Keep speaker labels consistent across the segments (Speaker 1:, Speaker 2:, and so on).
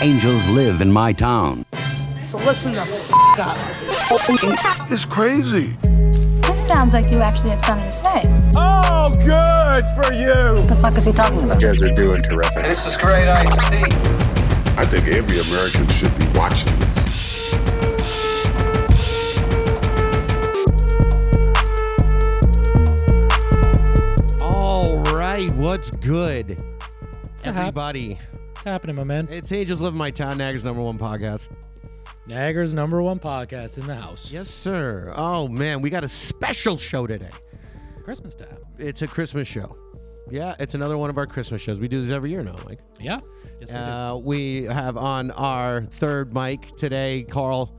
Speaker 1: Angels live in my town.
Speaker 2: So listen the f up.
Speaker 3: It's crazy.
Speaker 4: That sounds like you actually have something to say.
Speaker 5: Oh, good for you.
Speaker 6: the fuck is he talking about?
Speaker 7: You guys are doing terrific.
Speaker 8: This is great iced tea.
Speaker 3: I think every American should be watching this.
Speaker 9: All right, what's good,
Speaker 10: the hap-
Speaker 9: everybody?
Speaker 10: What's happening, my man?
Speaker 9: It's Angels Live in My Town, Niagara's number one podcast.
Speaker 10: Niagara's number one podcast in the house.
Speaker 9: Yes, sir. Oh man, we got a special show today.
Speaker 10: Christmas time.
Speaker 9: It's a Christmas show. Yeah, it's another one of our Christmas shows. We do this every year now, Mike.
Speaker 10: Yeah. Yes, we do.
Speaker 9: Uh, we have on our third mic today, Carl,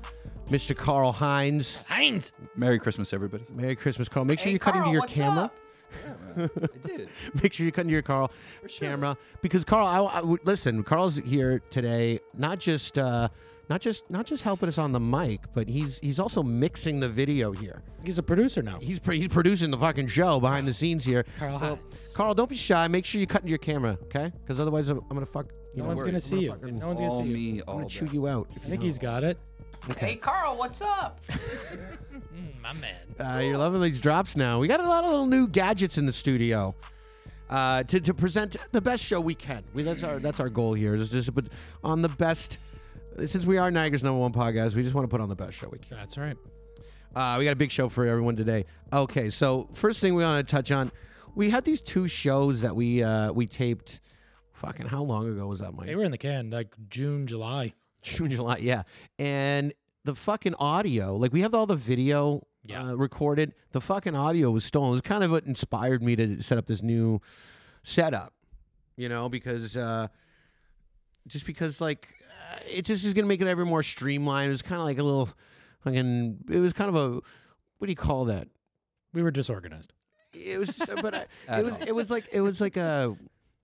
Speaker 9: Mr. Carl Hines.
Speaker 10: Heinz.
Speaker 7: Merry Christmas, everybody.
Speaker 9: Merry Christmas, Carl. Make sure you cut into your camera.
Speaker 7: I did.
Speaker 9: make sure you cut into your Carl camera because Carl, I, I would- listen. Carl's here today, not just uh, not just not just helping us on the mic, but he's he's also mixing the video here.
Speaker 10: He's a producer now.
Speaker 9: He's pr- he's producing the fucking show behind the scenes here.
Speaker 10: Carl
Speaker 9: So,
Speaker 10: Hines.
Speaker 9: Carl, don't be shy. Make sure you cut into your camera, okay? Because otherwise, I'm, I'm gonna fuck. You
Speaker 10: No
Speaker 9: know,
Speaker 10: one's
Speaker 9: I'm
Speaker 10: gonna see you.
Speaker 9: fucking-
Speaker 10: No one's gonna
Speaker 7: All
Speaker 10: see you.
Speaker 7: me,
Speaker 9: I'm
Speaker 7: all
Speaker 9: gonna chew
Speaker 7: that.
Speaker 9: you out.
Speaker 10: I think he's got it.
Speaker 8: Hey, Carl, what's up?
Speaker 10: My man.
Speaker 9: Uh, you're loving these drops now. We got a lot of little new gadgets in the studio uh, to, to present the best show we can. We, that's our that's our goal here is just to put on the best. Since we are Niagara's number one podcast, we just want to put on the best show we can.
Speaker 10: That's right.
Speaker 9: Uh, we got a big show for everyone today. Okay, so first thing we want to touch on, we had these two shows that we uh, we taped. Fucking how long ago was that, Mike?
Speaker 10: They were in the can like June, July.
Speaker 9: June, July, yeah. And the fucking audio, like we have all the video
Speaker 10: Yeah.
Speaker 9: uh, recorded. The fucking audio was stolen. It was kind of what inspired me to set up this new setup, you know, because uh, just because like uh, it just is gonna make it ever more streamlined. It was kind of like a little fucking. It was kind of a what do you call that?
Speaker 10: We were disorganized.
Speaker 9: It was, but I, it was it was like it was like a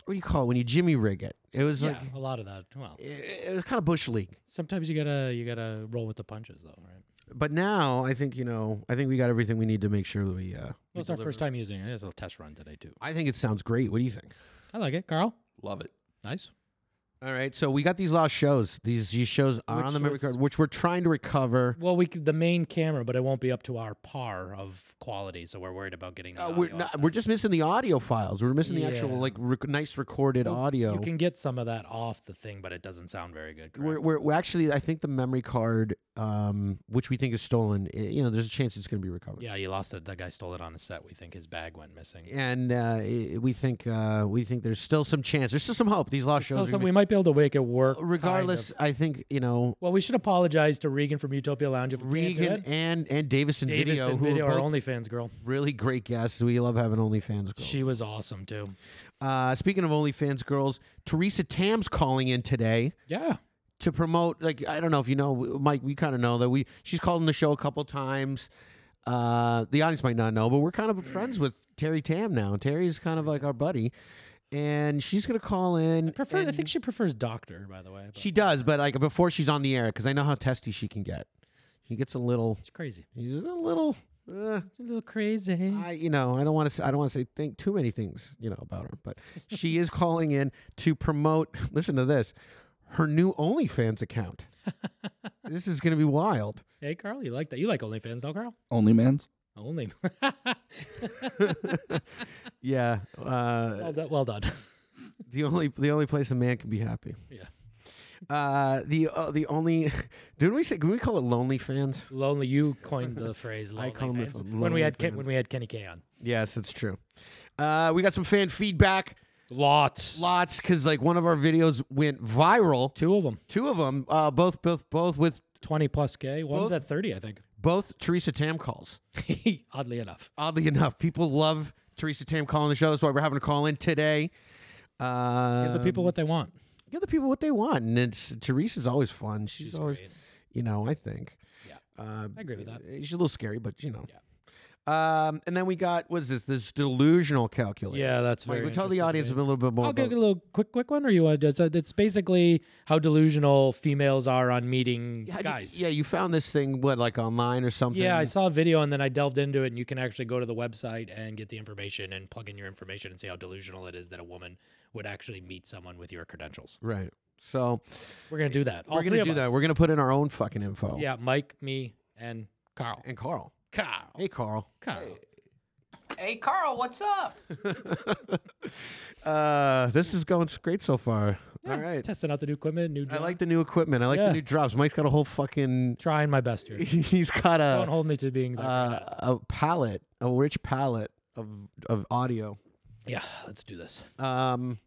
Speaker 9: what do you call it when you Jimmy rig it? It was
Speaker 10: Yeah,
Speaker 9: like
Speaker 10: a lot of that. Well,
Speaker 9: it, it was kind of bush league.
Speaker 10: sometimes you gotta you gotta roll with the punches though, right?
Speaker 9: But now I think you know I think we got everything we need to make sure that we. Uh,
Speaker 10: Well, it's our first time using it. It's a test run today too.
Speaker 9: I think it sounds great. What do you think?
Speaker 10: I like it, Carl.
Speaker 7: Love it.
Speaker 10: Nice.
Speaker 9: All right, so we got these lost shows. These these shows are on
Speaker 10: Which
Speaker 9: the memory
Speaker 10: was-
Speaker 9: card, which we're trying to recover.
Speaker 10: Well, we c- the main camera, but it won't be up to our par of quality, so we're worried about getting. The
Speaker 9: Uh, we're
Speaker 10: audio
Speaker 9: not,
Speaker 10: off
Speaker 9: we're
Speaker 10: that.
Speaker 9: just missing the audio files. We're missing the actual
Speaker 10: Yeah.
Speaker 9: like rec- nice recorded
Speaker 10: Well,
Speaker 9: audio.
Speaker 10: You can get some of that off the thing, but it doesn't sound very good. correct?
Speaker 9: we're, we're, we're actually I think the memory card, um, which we think is stolen. i you know, there's a chance it's going to be recovered.
Speaker 10: yeah, you lost it. That guy stole it on a set. We think his bag went missing.
Speaker 9: And uh, i we think uh, we think there's still some chance. There's still some hope. These lost
Speaker 10: Still,
Speaker 9: shows. are
Speaker 10: so
Speaker 9: gonna
Speaker 10: we might be able to make it work.
Speaker 9: be-
Speaker 10: kind
Speaker 9: regardless,
Speaker 10: of.
Speaker 9: I think you know
Speaker 10: Well, we should apologize to Regan from Utopia Lounge if we
Speaker 9: Regan
Speaker 10: can't do it.
Speaker 9: and and Davison,
Speaker 10: Davis
Speaker 9: Video,
Speaker 10: and
Speaker 9: who
Speaker 10: Video,
Speaker 9: are
Speaker 10: our
Speaker 9: both
Speaker 10: OnlyFans girl.
Speaker 9: really great guests. We love having OnlyFans girls.
Speaker 10: She was awesome too.
Speaker 9: uh, speaking of OnlyFans girls, Teresa Tam's calling in today
Speaker 10: Yeah.
Speaker 9: to promote. Like I don't know if you know, Mike. We kind of know that we. She's called on the show a couple times. Uh, the audience might not know, but we're kind of friends with Terry Tam now. Terry's kind of like our buddy, and she's gonna call in.
Speaker 10: Prefer, I
Speaker 9: and
Speaker 10: think she prefers Doctor, by the way. but
Speaker 9: she does, but like before she's on the air, because I know how testy she can get. She gets a little.
Speaker 10: It's crazy.
Speaker 9: She's a little. uh,
Speaker 10: She's a little crazy.
Speaker 9: I, you know, I don't want to. Say, I don't want to say think too many things, you know, about her. But she is calling in to promote. Listen to this, her new OnlyFans account. this is going to be wild.
Speaker 10: Hey, Carl, you like that? You like OnlyFans, though, Carl?
Speaker 7: Only man's.
Speaker 10: Only.
Speaker 9: Uh, Yeah, uh,
Speaker 10: well done. Well done.
Speaker 9: the only the only place a man can be happy.
Speaker 10: Yeah.
Speaker 9: Uh, the uh, the only didn't we say? Can we call it lonely fans?
Speaker 10: Lonely. You coined the phrase
Speaker 9: I
Speaker 10: lonely
Speaker 9: call them
Speaker 10: fans
Speaker 9: the
Speaker 10: when we
Speaker 9: lonely
Speaker 10: had Ken,
Speaker 9: fans.
Speaker 10: when we had Kenny K on.
Speaker 9: Yes, that's true. Uh, we got some fan feedback,
Speaker 10: Lots.
Speaker 9: lots, because like one of our videos went viral.
Speaker 10: Two of them.
Speaker 9: Two of them, uh, both both both with
Speaker 10: 20 plus K. One's
Speaker 9: Both-
Speaker 10: at 30, I think.
Speaker 9: both Teresa Tam calls.
Speaker 10: Oddly enough.
Speaker 9: oddly enough, people love Teresa Tam calling the show. That's why we're having a call in today. Uh,
Speaker 10: Give the people what they want.
Speaker 9: give the people what they want, and it's Teresa's always fun. She's, always,
Speaker 10: great.
Speaker 9: you know, I think
Speaker 10: I agree with that.
Speaker 9: she's a little scary, but you know. Um, and then we got what is this? This delusional calculator.
Speaker 10: Yeah, that's
Speaker 9: Wait,
Speaker 10: very
Speaker 9: we tell the
Speaker 10: interesting
Speaker 9: audience a
Speaker 10: to me.
Speaker 9: little bit more.
Speaker 10: I'll
Speaker 9: about-
Speaker 10: give a little quick, quick one, or you want to? So it's basically how delusional females are on meeting
Speaker 9: How'd you-
Speaker 10: guys.
Speaker 9: yeah, you found this thing what like online or something.
Speaker 10: Yeah, I saw a video and then I delved into it, and you can actually go to the website and get the information and plug in your information and see how delusional it is that a woman would actually meet someone with your credentials.
Speaker 9: right. So
Speaker 10: We're gonna do that. All
Speaker 9: we're
Speaker 10: three
Speaker 9: gonna
Speaker 10: of
Speaker 9: do that.
Speaker 10: us.
Speaker 9: We're gonna put in our own fucking info.
Speaker 10: yeah, Mike, me, and Carl.
Speaker 9: And Carl.
Speaker 10: Carl.
Speaker 9: Hey, Carl.
Speaker 10: Carl.
Speaker 8: Hey, Carl, what's up?
Speaker 9: Uh, this is going great so far.
Speaker 10: Yeah,
Speaker 9: All right.
Speaker 10: Testing out the new equipment, new.
Speaker 9: I
Speaker 10: drum.
Speaker 9: like the new equipment. I like
Speaker 10: Yeah.
Speaker 9: the new drops. Mike's got a whole fucking.
Speaker 10: trying my best here.
Speaker 9: He's got
Speaker 10: Don't
Speaker 9: a
Speaker 10: hold me to being. That.
Speaker 9: uh, a palette, a rich palette of of audio.
Speaker 10: yeah, let's do this.
Speaker 9: Um,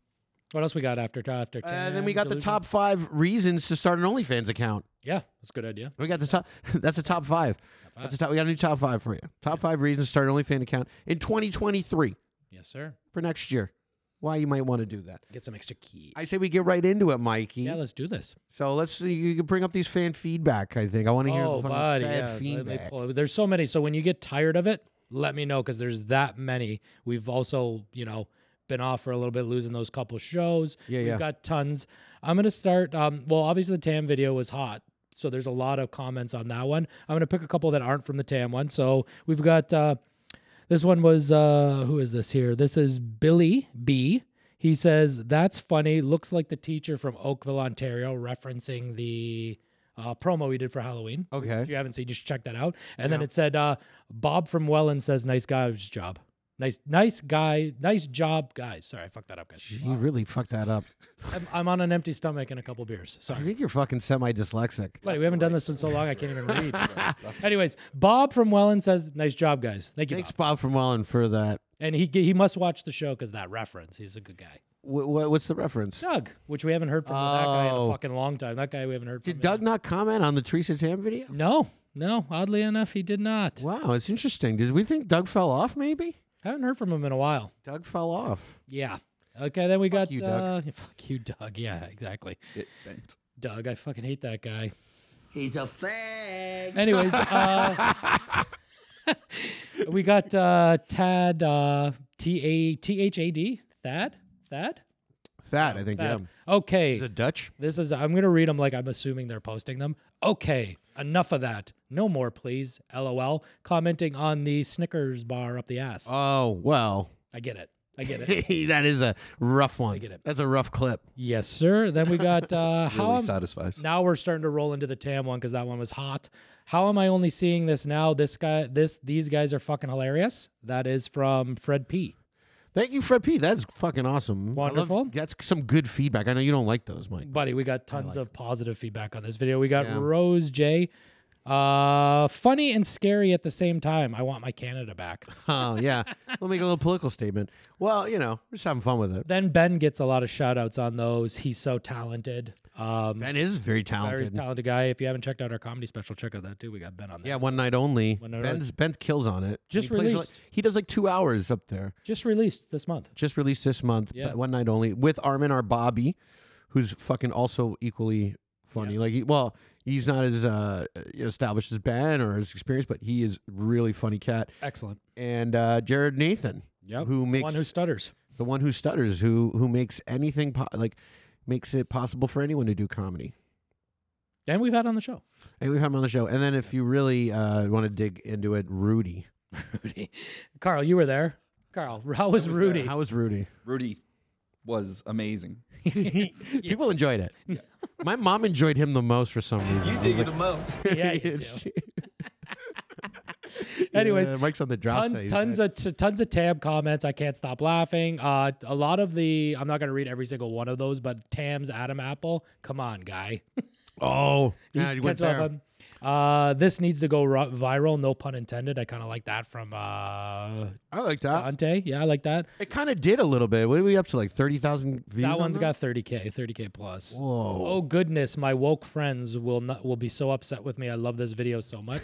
Speaker 10: What else we got after after?
Speaker 9: and
Speaker 10: 10,
Speaker 9: Uh, then we got the
Speaker 10: delusion?
Speaker 9: top five reasons to start an OnlyFans account.
Speaker 10: Yeah, that's a good idea.
Speaker 9: We got the top. That's a top five. That's a top. We got a new top five for you. Top five reasons to start an OnlyFans account in 2023
Speaker 10: Yes, sir.
Speaker 9: for next year. Why you might want to do that.
Speaker 10: Get some extra key.
Speaker 9: I say we get right into it, Mikey.
Speaker 10: yeah, let's do this.
Speaker 9: So let's you can bring up these fan feedback. I think I want to hear the
Speaker 10: Oh,
Speaker 9: fucking
Speaker 10: buddy,
Speaker 9: fan
Speaker 10: yeah. let me
Speaker 9: feedback.
Speaker 10: pull it. There's so many. So when you get tired of it, let me know because there's that many. We've also, you know, been off for a little bit, losing those couple shows.
Speaker 9: Yeah,
Speaker 10: We've
Speaker 9: yeah.
Speaker 10: got tons. I'm gonna start. Um, well, obviously the Tam video was hot. So there's a lot of comments on that one. I'm gonna pick a couple that aren't from the Tam one. So we've got uh, this one was uh, who is this here? This is Billy B. He says that's funny. Looks like the teacher from Oakville, Ontario, referencing the uh, promo we did for Halloween. If
Speaker 9: Okay.
Speaker 10: you haven't seen, you should check that out. And then it said, uh, Bob from Welland says, "Nice guy's job. Nice, nice guy. Nice job, guys." Sorry, I fucked that up, guys.
Speaker 9: You really fucked that up.
Speaker 10: I'm, I'm on an empty stomach and a couple beers.
Speaker 9: I
Speaker 10: Sorry.
Speaker 9: think you're fucking semi dyslexic.
Speaker 10: Buddy, we haven't done this in so long, I can't even read. Anyways, Bob from Welland says, "Nice job, guys. Thank you."
Speaker 9: Thanks,
Speaker 10: Bob."
Speaker 9: Bob from Welland, for that.
Speaker 10: And he he must watch the show because that reference. He's a good guy.
Speaker 9: Wh- wh- what's the reference?
Speaker 10: Doug, which we haven't heard from that guy in a
Speaker 9: Oh.
Speaker 10: fucking long time. That guy we haven't heard from.
Speaker 9: Did
Speaker 10: in a-
Speaker 9: Doug not comment on the Teresa Tam video?
Speaker 10: No, no. Oddly enough, he did not.
Speaker 9: Wow, it's interesting. Did we think Doug fell off? Maybe
Speaker 10: Haven't heard from him in a while.
Speaker 9: Doug fell off.
Speaker 10: Yeah. Okay, then we got
Speaker 9: you,
Speaker 10: uh,
Speaker 9: Doug.
Speaker 10: fuck you, Doug. Yeah, exactly.
Speaker 7: It bent.
Speaker 10: Doug, I fucking hate that guy.
Speaker 1: He's a fag.
Speaker 10: Anyways, uh, we got uh, Tad uh, T A T H A D Thad Thad.
Speaker 9: That I think.
Speaker 10: Thad.
Speaker 9: Yeah.
Speaker 10: Okay,
Speaker 9: Is it Dutch?
Speaker 10: this is. I'm gonna read them like I'm assuming they're posting them. Okay, enough of that. No more, please. LOL. Commenting on the Snickers bar up the ass.
Speaker 9: Oh well,
Speaker 10: I get it. I get it.
Speaker 9: that is a rough one.
Speaker 10: get it.
Speaker 9: That's a rough clip.
Speaker 10: yes, sir. Then we got uh, how
Speaker 7: Really
Speaker 10: I'm-
Speaker 7: satisfies.
Speaker 10: Now we're starting to roll into the Tam one because that one was hot. How am I only seeing this now? This guy, this these guys are fucking hilarious. That is from Fred P.
Speaker 9: Thank you, Fred P. That's fucking awesome. I love-
Speaker 10: Wonderful.
Speaker 9: that's some good feedback. I know you don't like those, Mike.
Speaker 10: Buddy, we got tons of positive feedback on this video. We got
Speaker 9: Yeah.
Speaker 10: Rose J. Uh, funny and scary at the same time. I want my Canada back.
Speaker 9: Oh yeah, we'll make a little political statement. Well, you know, we're just having fun with it.
Speaker 10: then Ben gets a lot of shout outs on those. He's so talented. Um,
Speaker 9: Ben is very talented.
Speaker 10: very talented guy. If you haven't checked out our comedy special, check out that too. We got Ben on there.
Speaker 9: yeah, one night only.
Speaker 10: One Night Only.
Speaker 9: Ben's Ben kills on it.
Speaker 10: Just
Speaker 9: plays like-
Speaker 10: released.
Speaker 9: he does like two hours up there.
Speaker 10: Just released this month.
Speaker 9: Just released this month.
Speaker 10: Yeah.
Speaker 9: but one night only with Armin our Bobby, who's fucking also equally funny. Like, he, well, he's not as uh, established as Ben or as experienced, but he is really funny cat.
Speaker 10: Excellent.
Speaker 9: And uh, Jared Nathan,
Speaker 10: Yep.
Speaker 9: who makes
Speaker 10: One who stutters.
Speaker 9: the one who stutters, who who makes anything po- like makes it possible for anyone to do comedy.
Speaker 10: And we've had on the show.
Speaker 9: Hey, we've had him on the show. And then if you really uh, want to dig into it, Rudy.
Speaker 10: Rudy. Carl, you were there. Carl, how was, Rudy?
Speaker 9: How was Rudy?
Speaker 7: Rudy was amazing.
Speaker 9: People enjoyed it. My mom enjoyed him the most for some reason.
Speaker 8: You dig it the most.
Speaker 10: yeah, you do. Anyways,
Speaker 9: Yeah, Mike's on the drop.
Speaker 10: ton,
Speaker 9: side.
Speaker 10: tons of t- tons of Tam comments. I can't stop laughing. Uh, a lot of the I'm not gonna read every single one of those, but Tam's Adam Apple. Come on, guy.
Speaker 9: Oh, yeah, you went
Speaker 10: Catch up
Speaker 9: there.
Speaker 10: on- Uh, this needs to go ru- viral. No pun intended. I kind of like that from uh,
Speaker 9: I like that.
Speaker 10: Dante. Yeah, I like that.
Speaker 9: It kind of did a little bit. What are we up to? Like 30,000 views?
Speaker 10: That one's
Speaker 9: on
Speaker 10: got 30k, 30k plus.
Speaker 9: Whoa.
Speaker 10: Oh goodness, my woke friends will not will be so upset with me. I love this video so much.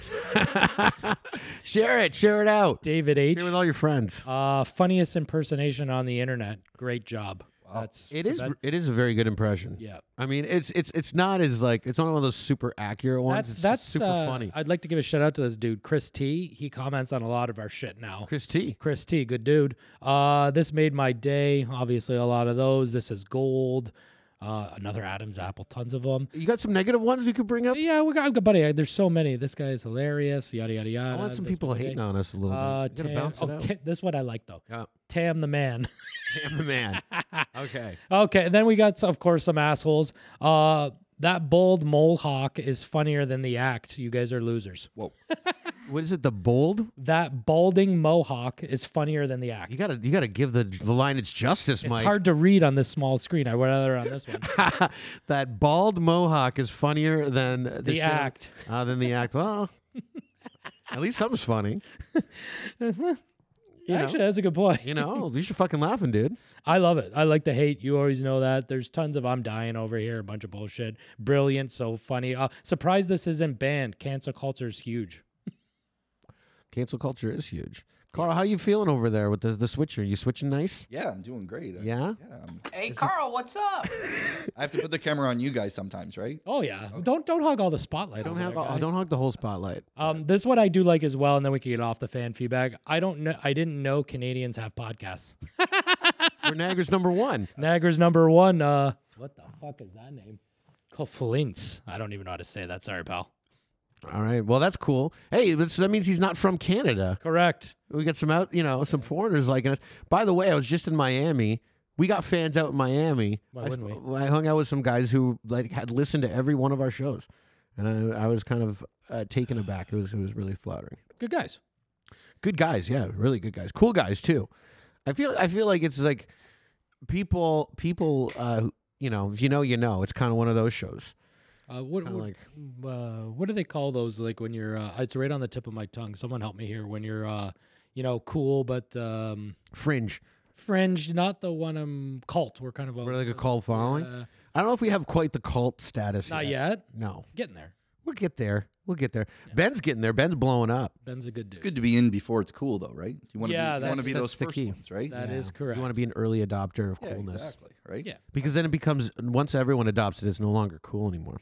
Speaker 9: Share it. Share it out.
Speaker 10: David H.
Speaker 9: Share it with all your friends.
Speaker 10: Uh, funniest impersonation on the internet. Great job. That's
Speaker 9: It is.
Speaker 10: that-
Speaker 9: It is a very good impression.
Speaker 10: Yeah.
Speaker 9: I mean, it's it's it's not as like it's not one of those super accurate ones.
Speaker 10: that's
Speaker 9: it's just
Speaker 10: that's
Speaker 9: super
Speaker 10: uh,
Speaker 9: funny.
Speaker 10: I'd like to give a shout out to this dude, Chris T. He comments on a lot of our shit now.
Speaker 9: Chris T.
Speaker 10: Chris T, good dude. Uh, this made my day. Obviously, a lot of those. This is gold. uh, another Adam's apple, tons of them.
Speaker 9: You got some negative ones we could bring up?
Speaker 10: Yeah, we got, I've got buddy. I, there's so many. This guy is hilarious. Yada yada yada.
Speaker 9: I want some
Speaker 10: This
Speaker 9: people
Speaker 10: guy-
Speaker 9: hating on us a little
Speaker 10: Uh,
Speaker 9: bit. You gotta
Speaker 10: Tam,
Speaker 9: bounce it
Speaker 10: oh,
Speaker 9: out.
Speaker 10: Tam- this one I like though.
Speaker 9: Yeah.
Speaker 10: Tam the man.
Speaker 9: Damn the man. okay.
Speaker 10: Okay, and then we got, of course, some assholes. Uh, that bold mole hawk is funnier than the act. You guys are losers.
Speaker 7: Whoa.
Speaker 9: What is it? The bold?
Speaker 10: That balding mohawk is funnier than the act.
Speaker 9: You gotta you gotta give the the line its justice,
Speaker 10: It's
Speaker 9: Mike.
Speaker 10: hard to read on this small screen. I would rather on this one.
Speaker 9: that bald mohawk is funnier than the,
Speaker 10: The
Speaker 9: shit-
Speaker 10: act.
Speaker 9: Uh, than the act. Well, at least something's funny. you know,
Speaker 10: Actually, that's a good point.
Speaker 9: you know, at least you're fucking laughing, dude.
Speaker 10: I love it. I like the hate. You always know that. There's tons of I'm dying over here. A bunch of bullshit. Brilliant. So funny. Uh, surprised this isn't banned. Cancel culture is huge.
Speaker 9: Cancel culture is huge. Carl, how you feeling over there with the the switcher? You switching nice?
Speaker 7: Yeah, I'm doing great. I-
Speaker 9: Yeah?
Speaker 7: yeah. I'm-
Speaker 8: Hey, Carl, what's up?
Speaker 7: I have to put the camera on you guys sometimes, right?
Speaker 10: Oh yeah. Don't don't hog all the spotlight.
Speaker 9: Don't
Speaker 10: over
Speaker 9: hug,
Speaker 10: there, guy.
Speaker 9: oh, don't hug the whole spotlight.
Speaker 10: Um, this one I do like as well, and then we can get off the fan feedback. I don't know. I didn't know Canadians have podcasts.
Speaker 9: We're Niagara's number one.
Speaker 10: Niagara's number one. Uh, what the fuck is that name? Koflints. I don't even know how to say that. Sorry, pal.
Speaker 9: All right. Well, that's cool. Hey, that's, that means he's not from Canada.
Speaker 10: Correct.
Speaker 9: We got some out, you know, some foreigners liking us. By the way, I was just in Miami. We got fans out in Miami.
Speaker 10: Why
Speaker 9: I, s-
Speaker 10: wouldn't
Speaker 9: I hung out with some guys who like had listened to every one of our shows, and I, I was kind of uh, taken aback. It was it was really flattering.
Speaker 10: Good guys.
Speaker 9: Good guys, yeah, really good guys. Cool guys too. I feel I feel like it's like people people uh, who- you know if you know you know. It's kind of one of those shows.
Speaker 10: Uh, what
Speaker 9: Kinda
Speaker 10: what, uh, what do they call those? Like when you're, uh, it's right on the tip of my tongue. Someone help me here. When you're, uh, you know, cool but um,
Speaker 9: Fringe,
Speaker 10: fringe, not the one um cult. We're kind of a,
Speaker 9: we're like a cult following.
Speaker 10: Uh,
Speaker 9: I don't know if we have quite the cult status.
Speaker 10: not yet.
Speaker 9: No,
Speaker 10: Getting there.
Speaker 9: we'll get there. We'll get there. Ben's getting there. Ben's blowing up.
Speaker 10: Ben's a good dude.
Speaker 7: Good to be in before it's cool, though, right? You want to
Speaker 10: Yeah,
Speaker 7: be, you want
Speaker 10: that's-
Speaker 7: to be those
Speaker 9: that's the
Speaker 7: first
Speaker 9: key.
Speaker 7: ones, right?
Speaker 10: That is correct.
Speaker 9: You want to be an early adopter of
Speaker 7: yeah,
Speaker 9: coolness.
Speaker 7: exactly, right?
Speaker 10: Yeah.
Speaker 9: Because then it becomes once everyone adopts it, it's no longer cool anymore.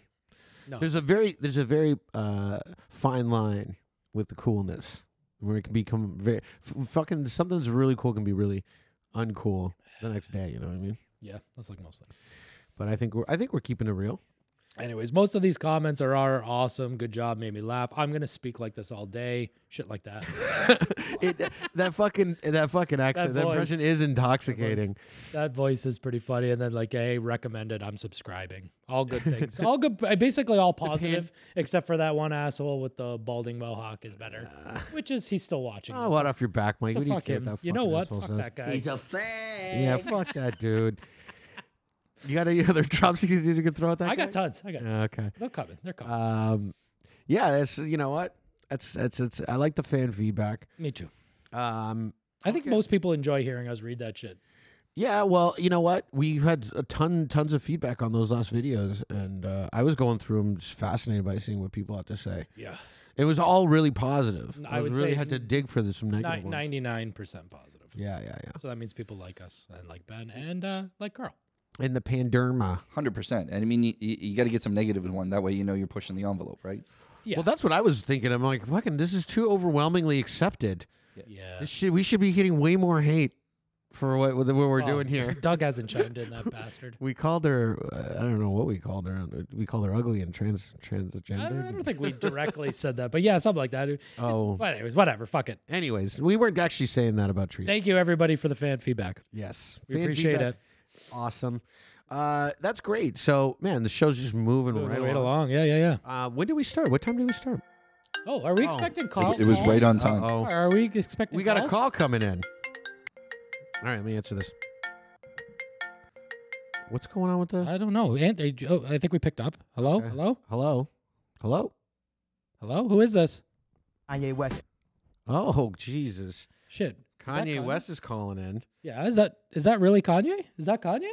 Speaker 10: No.
Speaker 9: There's a very there's a very uh, fine line with the coolness where it can become very f- fucking something that's really cool can be really uncool the next day. You know what I mean?
Speaker 10: Yeah, that's like most things.
Speaker 9: But I think we're I think we're keeping it real.
Speaker 10: Anyways, most of these comments are, are awesome. Good job, made me laugh. I'm gonna speak like this all day. Shit like that.
Speaker 9: It, that fucking that fucking accent that,
Speaker 10: voice.
Speaker 9: impression is intoxicating.
Speaker 10: that voice is pretty funny. And then like, hey, recommended. I'm subscribing. All good things. all good. Basically, all positive except for that one asshole with the balding mohawk is better, which is he's still watching.
Speaker 9: Oh,
Speaker 10: this.
Speaker 9: what off your back, Mike?
Speaker 10: So
Speaker 9: what do you
Speaker 10: fuck
Speaker 9: care
Speaker 10: him.
Speaker 9: what that
Speaker 10: you know
Speaker 9: fucking
Speaker 10: what?
Speaker 9: asshole
Speaker 10: Fuck
Speaker 9: says?
Speaker 10: that guy.
Speaker 1: He's a fag.
Speaker 9: Yeah, fuck that dude. You got any other drops you could you could throw at that?
Speaker 10: I got
Speaker 9: guy?
Speaker 10: tons. I got.
Speaker 9: Okay.
Speaker 10: They're coming. They're coming.
Speaker 9: Um, yeah, that's you know what. That's that's it's. I like the fan feedback.
Speaker 10: Me too.
Speaker 9: Um,
Speaker 10: I think most people enjoy hearing us read that shit.
Speaker 9: yeah, well, you know what? We've had a ton tons of feedback on those last videos, and uh, I was going through them, just fascinated by seeing what people had to say.
Speaker 10: Yeah.
Speaker 9: It was all really positive.
Speaker 10: I
Speaker 9: I, was
Speaker 10: would
Speaker 9: really
Speaker 10: say
Speaker 9: had to dig for this, some negative ones.
Speaker 10: Ninety-nine percent positive.
Speaker 9: Yeah, yeah, yeah.
Speaker 10: So that means people like us and like Ben and uh, like Carl.
Speaker 9: And the panderma.
Speaker 7: Hundred percent. And I mean, you, you got to get some negative in one. That way, you know you're pushing the envelope, right?
Speaker 10: Yeah.
Speaker 9: Well, that's what I was thinking. I'm like, fucking, this is too overwhelmingly accepted.
Speaker 10: yeah.
Speaker 9: This should, we should be getting way more hate for what what we're
Speaker 10: Oh,
Speaker 9: doing here.
Speaker 10: Doug hasn't chimed in, that bastard.
Speaker 9: We called her. Uh, I don't know what we called her. We called her ugly and trans transgender.
Speaker 10: I don't, I don't think we directly said that, but yeah, something like that. It's-
Speaker 9: Oh.
Speaker 10: But anyways, whatever. Fuck it.
Speaker 9: Anyways, we weren't actually saying that about trees.
Speaker 10: Thank you, everybody, for the fan feedback.
Speaker 9: yes,
Speaker 10: We appreciate
Speaker 9: feedback. Awesome. Uh, that's great. So man, the show's just moving right,
Speaker 10: Right,
Speaker 9: along.
Speaker 10: along. Yeah, yeah, yeah.
Speaker 9: Uh, when did we start? What time did we start?
Speaker 10: Oh, are we expecting Carl?
Speaker 7: It was right on time.
Speaker 9: Oh,
Speaker 10: Are we expecting
Speaker 9: we got a
Speaker 10: calls?
Speaker 9: call coming in. All right, let me answer this. What's going on with the?
Speaker 10: I don't know. Ant- are you- oh, I think we picked up. Hello?
Speaker 9: Okay.
Speaker 10: Hello?
Speaker 9: Hello, hello.
Speaker 10: Hello? Who is this?
Speaker 2: Kanye West.
Speaker 9: Oh Jesus!
Speaker 10: Shit. Is that
Speaker 9: Kanye West is calling in.
Speaker 10: Yeah, is that is that really Kanye? Is that Kanye?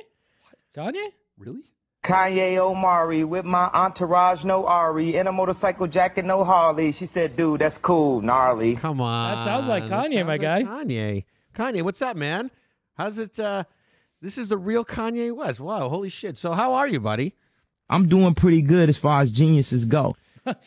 Speaker 10: Kanye?
Speaker 7: Really?
Speaker 6: Kanye Omari with my entourage, no Ari, in a motorcycle jacket, no Harley. She said, dude, that's cool, gnarly.
Speaker 9: Come on.
Speaker 10: sounds like
Speaker 9: That
Speaker 10: Kanye, my
Speaker 9: sounds like
Speaker 10: guy.
Speaker 9: Kanye. Kanye, what's up, man? How's it uh this is the real Kanye West. Wow, holy shit. So how are you, buddy?
Speaker 6: I'm doing pretty good as far as geniuses go.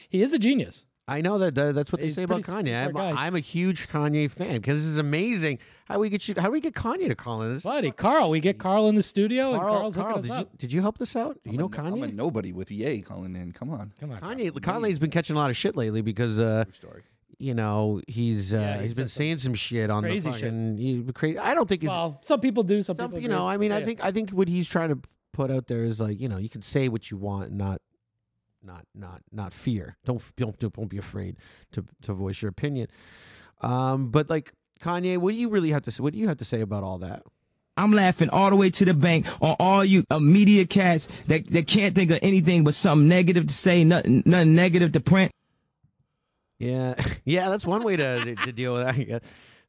Speaker 10: He is a genius.
Speaker 9: I know that that- that's what they
Speaker 10: He's
Speaker 9: say
Speaker 10: pretty
Speaker 9: about
Speaker 10: s-
Speaker 9: Kanye. I'm,
Speaker 10: smart guy.
Speaker 9: I'm a huge Kanye fan because this is amazing. How we get you? How do we get Kanye to call in? This
Speaker 10: Buddy, Carl, we get Carl in the studio and
Speaker 9: Carl,
Speaker 10: Carl's
Speaker 9: Carl
Speaker 10: hooking
Speaker 9: did
Speaker 10: us
Speaker 9: you
Speaker 10: up.
Speaker 9: did you help this out? You know
Speaker 7: I'm a
Speaker 9: Kanye.
Speaker 7: nobody with EA calling in. Come on.
Speaker 10: Come on. Carl.
Speaker 9: Kanye Kanye's been catching a lot of shit lately because uh,
Speaker 7: Story.
Speaker 9: you know he's uh,
Speaker 10: Yeah, he
Speaker 9: he's been
Speaker 10: said some
Speaker 9: saying some shit on
Speaker 10: crazy
Speaker 9: the
Speaker 10: shit.
Speaker 9: fucking he- crazy. I don't think he's
Speaker 10: Well, some people do, some,
Speaker 9: some,
Speaker 10: people
Speaker 9: you know.
Speaker 10: agree.
Speaker 9: I mean, I
Speaker 10: Yeah.
Speaker 9: think I think what he's trying to put out there is like you know you can say what you want, and not not not not fear. Don't f- don't don't don't be afraid to to voice your opinion. Um, but like Kanye, what do you really have to say? What do you have to say about all that?
Speaker 11: I'm laughing all the way to the bank on all you uh, media cats that, that can't think of anything but something negative to say, nothing, nothing negative to print.
Speaker 9: Yeah, yeah, that's one way to to deal with that. I guess.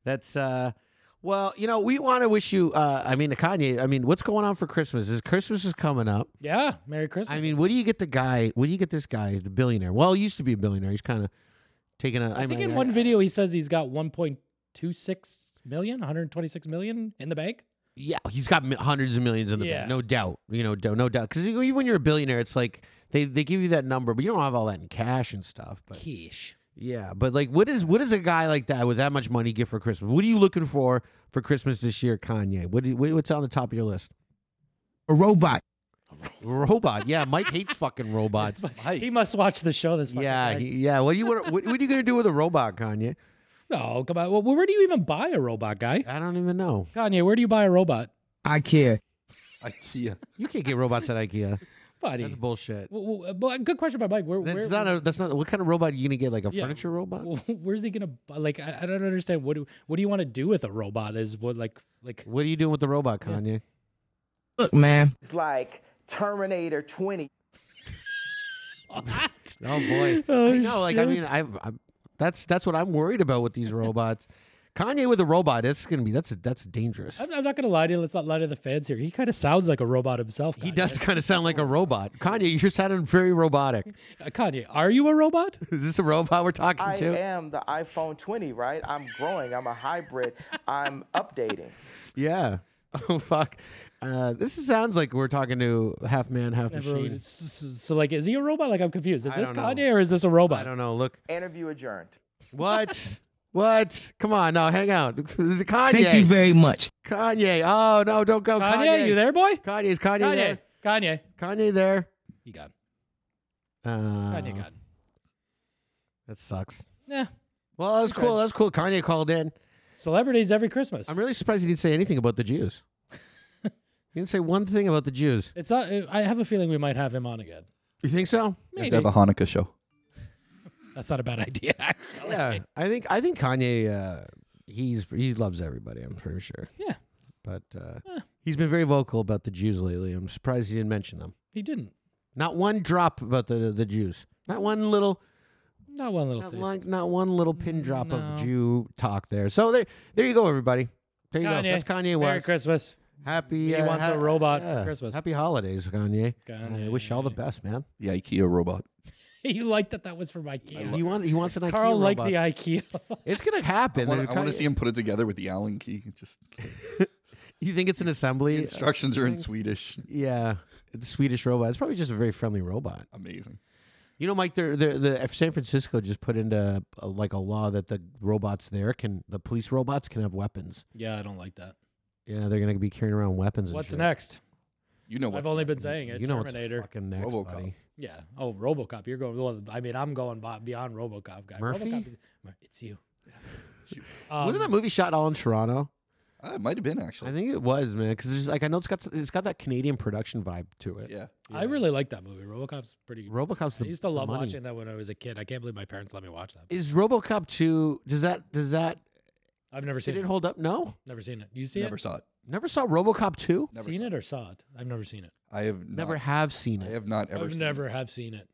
Speaker 9: That's uh, well, you know, we want to wish you. Uh, I mean, Kanye. I mean, what's going on for Christmas? Is Christmas is coming up?
Speaker 10: Yeah, Merry Christmas.
Speaker 9: I mean, what do you get the guy? What do you get this guy? The billionaire. Well, he used to be a billionaire. He's kind of taking a.
Speaker 10: I, think
Speaker 9: mean,
Speaker 10: in one video he says he's got 1.26 million, 126 million in the bank.
Speaker 9: Yeah, he's got mi- hundreds of millions in the
Speaker 10: Yeah.
Speaker 9: bank, no doubt. You know, do- no doubt. Because even when you're a billionaire, it's like they, they give you that number, but you don't have all that in cash and stuff. But
Speaker 10: Kish.
Speaker 9: yeah, but like, what is what does a guy like that with that much money get for Christmas? What are you looking for for Christmas this year, Kanye? What, do you- what what's on the top of your list?
Speaker 11: A robot.
Speaker 9: Robot. Yeah, Mike hates fucking robots.
Speaker 10: He must watch the show this fucking
Speaker 9: Yeah,
Speaker 10: guy.
Speaker 9: he, yeah. What do you what, what are you gonna do with a robot, Kanye?
Speaker 10: No, come on. Well, where do you even buy a robot, guy?
Speaker 9: I don't even know.
Speaker 10: Kanye, where do you buy a robot?
Speaker 11: I care.
Speaker 7: IKEA.
Speaker 9: You can't get robots at IKEA.
Speaker 10: Buddy.
Speaker 9: That's bullshit.
Speaker 10: W- w- but uh, good question by Mike. Where, where
Speaker 9: That's not a. That's not what kind of robot are you gonna get? Like a
Speaker 10: Yeah.
Speaker 9: furniture robot?
Speaker 10: where's he gonna bu- like? I, I don't understand. What do what do you want to do with a robot? Is what like like
Speaker 9: What are you doing with the robot, Kanye?
Speaker 11: Look, man,
Speaker 6: It's like Terminator 20.
Speaker 10: what?
Speaker 9: Oh boy!
Speaker 10: Oh,
Speaker 9: I know. Like I
Speaker 10: shit.
Speaker 9: mean, I, I that's that's what I'm worried about with these robots. Kanye with a robot. That's gonna be that's that's dangerous.
Speaker 10: I'm, I'm not gonna lie to you. Let's not lie to the fans here. He kind of sounds like a robot himself.
Speaker 9: He
Speaker 10: Kanye.
Speaker 9: does kind of sound like a robot. Kanye, you're sounding very robotic.
Speaker 10: Uh, Kanye, are you a robot?
Speaker 9: Is this a robot we're talking
Speaker 6: I
Speaker 9: to?
Speaker 6: am the iPhone 20, right? I'm growing. I'm a hybrid. I'm updating.
Speaker 9: Yeah. Oh fuck. Uh, this sounds like we're talking to half man, half
Speaker 10: Everyone-
Speaker 9: machine.
Speaker 10: s- s- so like, is he a robot? Like I'm confused. Is
Speaker 9: I
Speaker 10: this
Speaker 9: don't know.
Speaker 10: Kanye or is this a robot?
Speaker 9: I don't know. Look,
Speaker 6: Interview adjourned.
Speaker 9: what? What? Come on, no, hang out. This is Kanye.
Speaker 11: thank you very much.
Speaker 9: Kanye. Oh no, don't go,
Speaker 10: Kanye,
Speaker 9: Kanye.
Speaker 10: you there, boy?
Speaker 9: Kanye, is Kanye,
Speaker 10: Kanye,
Speaker 9: there?
Speaker 10: Kanye,
Speaker 9: Kanye there?
Speaker 10: he gone.
Speaker 9: Uh,
Speaker 10: Kanye gone.
Speaker 9: That sucks.
Speaker 10: Yeah,
Speaker 9: Well, that was cool. That was cool. Kanye called in.
Speaker 10: celebrities every Christmas.
Speaker 9: I'm really surprised he didn't say anything about the Jews. he didn't say one thing about the Jews.
Speaker 10: It's not. I have a feeling we might have him on again.
Speaker 9: You think so?
Speaker 7: We have
Speaker 10: Maybe
Speaker 7: to have a Hanukkah show.
Speaker 10: that's not a bad idea. actually.
Speaker 9: Yeah, I think I think Kanye uh, he's he loves everybody. I'm pretty sure.
Speaker 10: Yeah.
Speaker 9: but uh,
Speaker 10: Yeah.
Speaker 9: he's been very vocal about the Jews lately. I'm surprised he didn't mention them.
Speaker 10: He didn't.
Speaker 9: Not one drop about the the Jews. Not one little
Speaker 10: Not one little
Speaker 9: not,
Speaker 10: taste. Mm,
Speaker 9: like, not one little pin drop
Speaker 10: No.
Speaker 9: of Jew talk there. So there there you go, everybody. There you go. That's Kanye
Speaker 10: Merry
Speaker 9: West.
Speaker 10: Christmas.
Speaker 9: Happy.
Speaker 10: He
Speaker 9: uh,
Speaker 10: wants a
Speaker 9: ha-
Speaker 10: robot for Christmas.
Speaker 9: Happy holidays, Kanye. And I wish you all the
Speaker 10: Kanye.
Speaker 9: best, man.
Speaker 7: The IKEA robot.
Speaker 10: you liked that that was from IKEA.
Speaker 9: He, want, he wants an IKEA
Speaker 10: Carl liked
Speaker 9: robot.
Speaker 10: the uh, IKEA.
Speaker 9: It's gonna happen.
Speaker 7: I want,
Speaker 9: There's
Speaker 7: I want
Speaker 9: Kanye-
Speaker 7: to see him put it together with the Allen key. Just
Speaker 9: You think it's an
Speaker 7: the
Speaker 9: assembly?
Speaker 7: instructions are in Swedish.
Speaker 9: yeah, the Swedish robot. It's probably just a very friendly robot.
Speaker 7: Amazing.
Speaker 9: You know, Mike, they're, they're, the if San Francisco just put into uh like a law that the robots there can the police robots can have weapons.
Speaker 10: yeah, I don't like that.
Speaker 9: Yeah, they're gonna be carrying around weapons. and
Speaker 10: What's
Speaker 9: shit.
Speaker 10: next?
Speaker 7: You know what?
Speaker 10: I've only been saying it.
Speaker 9: You know
Speaker 10: Terminator.
Speaker 9: what's fucking next,
Speaker 7: RoboCop.
Speaker 9: buddy.
Speaker 10: yeah. Oh, RoboCop. You're going. Well, I mean, I'm going bo- beyond RoboCop, guy.
Speaker 9: Murphy?
Speaker 10: RoboCop is, Mur- it's you.
Speaker 9: Wasn't that
Speaker 10: Um,
Speaker 9: movie shot all in Toronto?
Speaker 7: Uh, it might have been actually.
Speaker 9: I think it was, man. Because there's like I know it's got it's got that Canadian production vibe to it.
Speaker 7: yeah.
Speaker 10: I really like that movie. RoboCop's pretty.
Speaker 9: RoboCop's
Speaker 10: I
Speaker 9: the
Speaker 10: used to
Speaker 9: the
Speaker 10: love
Speaker 9: money.
Speaker 10: watching that when I was a kid. I can't believe my parents let me watch that.
Speaker 9: Is RoboCop two? Does that does that
Speaker 10: I've never seen
Speaker 9: did
Speaker 10: it.
Speaker 9: it hold up? No,
Speaker 10: Never seen it. You see
Speaker 7: Never
Speaker 10: it?
Speaker 7: saw it.
Speaker 9: never saw RoboCop two.
Speaker 7: Never
Speaker 10: seen
Speaker 7: saw
Speaker 10: it or saw it? I've never seen it.
Speaker 7: I have
Speaker 9: Never
Speaker 7: Not,
Speaker 9: have seen
Speaker 7: I
Speaker 9: it.
Speaker 7: have not ever.
Speaker 10: I've
Speaker 7: seen
Speaker 10: never
Speaker 7: It.
Speaker 10: have seen it.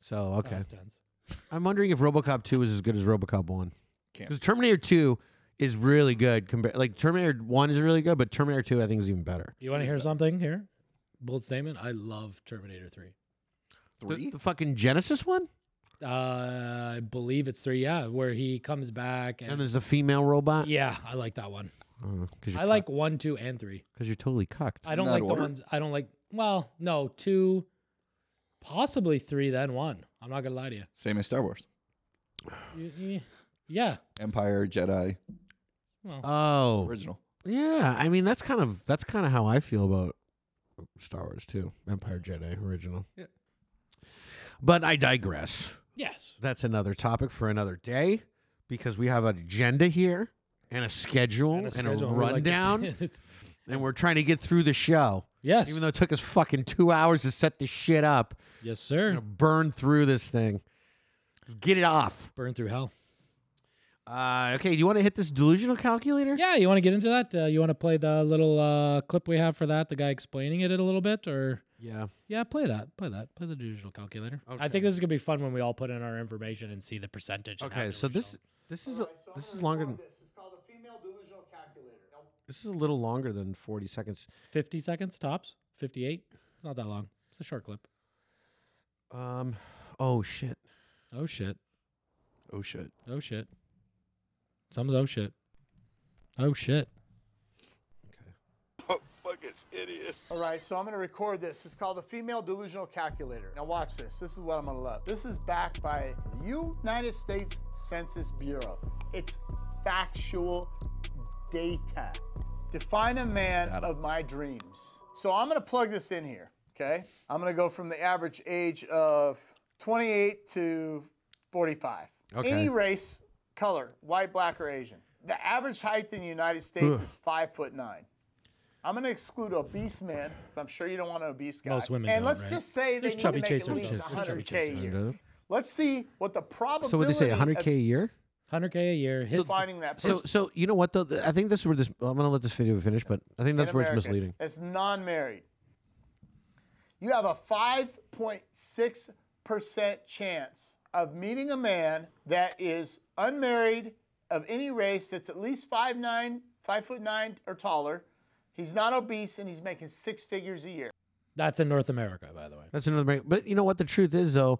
Speaker 9: So okay,
Speaker 10: Past tense.
Speaker 9: I'm wondering if RoboCop two is as good as RoboCop one.
Speaker 7: Can't
Speaker 9: Because Terminator two is really good compared. Like Terminator one is really good, but Terminator two I think is even better.
Speaker 10: You want to hear something here? Bold statement. I love Terminator 3.
Speaker 9: The-
Speaker 7: Three.
Speaker 9: The, fucking Genesis one,
Speaker 10: Uh, I believe it's 3, yeah, where he comes back.
Speaker 9: and
Speaker 10: And,
Speaker 9: there's the female robot. Oh,
Speaker 10: yeah, I like that one.
Speaker 9: because
Speaker 10: I like 1, 2, and 3.
Speaker 9: because you're totally cucked.
Speaker 10: I don't
Speaker 7: that
Speaker 10: like the
Speaker 7: order?
Speaker 10: ones, I don't like, well, no, 2, Possibly three, then one. I'm not gonna lie to you.
Speaker 7: Same as Star Wars.
Speaker 10: Y- y- Yeah.
Speaker 7: Empire, Jedi,
Speaker 9: Oh,
Speaker 7: original.
Speaker 9: yeah. I mean, that's kind of that's kind of how I feel about Star Wars too. Empire Jedi original.
Speaker 7: Yeah.
Speaker 9: But I digress.
Speaker 10: Yes.
Speaker 9: That's another topic for another day because we have an agenda here and a schedule and a,
Speaker 10: schedule, we like to
Speaker 9: rundown,
Speaker 10: see it.
Speaker 9: and we're trying to get through the show.
Speaker 10: yes.
Speaker 9: Even though it took us fucking two hours to set this shit up,
Speaker 10: yes,
Speaker 9: we're
Speaker 10: sir.
Speaker 9: gonna burn through this thing. Let's Get it off.
Speaker 10: Burn through hell.
Speaker 9: Uh, okay, do you want to hit this delusional calculator?
Speaker 10: Yeah, you want to get into that? Uh, you want to play the little uh, clip we have for that? The guy explaining it a little bit, or
Speaker 9: Yeah.
Speaker 10: yeah, play that, play that, play the digital calculator. I
Speaker 9: Okay.
Speaker 10: think this is gonna be fun when we all put in our information and see the percentage. and how
Speaker 9: Okay,
Speaker 10: to
Speaker 9: so this
Speaker 10: resolve.
Speaker 9: this is a- this is longer. Than, this is a little longer than forty seconds.
Speaker 10: fifty seconds tops, fifty-eight. It's not that long. It's a short clip.
Speaker 9: Um, oh shit.
Speaker 10: Oh shit!
Speaker 7: Oh shit.
Speaker 10: Oh shit! Some's oh shit! Oh shit!
Speaker 2: All right, so I'm gonna record this. It's called the Female Delusional Calculator. Now watch this. This is what I'm gonna love. This is backed by the United States Census Bureau. It's factual data. Define a man of my dreams. So I'm gonna plug this in here. Okay. I'm gonna go from the average age of 28 to 45.
Speaker 9: Okay.
Speaker 2: Any race, color, white, black, or Asian. The average height in the United States is five foot nine. I'm going to exclude obese men. 'cause I'm sure you don't want an obese guy.
Speaker 10: Most women
Speaker 2: And
Speaker 10: don't,
Speaker 2: let's
Speaker 10: right?
Speaker 2: just say they
Speaker 10: There's
Speaker 2: need
Speaker 10: chubby
Speaker 2: to make
Speaker 10: chasers.
Speaker 2: at least
Speaker 10: There's chubby
Speaker 2: 100k a
Speaker 10: chasers.
Speaker 2: year. Let's see what the probability.
Speaker 9: So what they say, hundred k a year?
Speaker 10: Hundred k a year.
Speaker 2: Of
Speaker 10: His,
Speaker 2: finding that
Speaker 9: So
Speaker 2: person
Speaker 9: so you know what though? I think this is where this. I'm gonna let this video finish, but I think that's
Speaker 2: in
Speaker 9: where it's
Speaker 2: America
Speaker 9: misleading.
Speaker 2: That's non-married. You have a 5.6 percent chance of meeting a man that is unmarried, of any race, that's at least 5'9", 5 foot nine or taller. He's not obese, and he's making six figures a year.
Speaker 10: that's in North America, by the way.
Speaker 9: That's another. break. But you know what? The truth is though,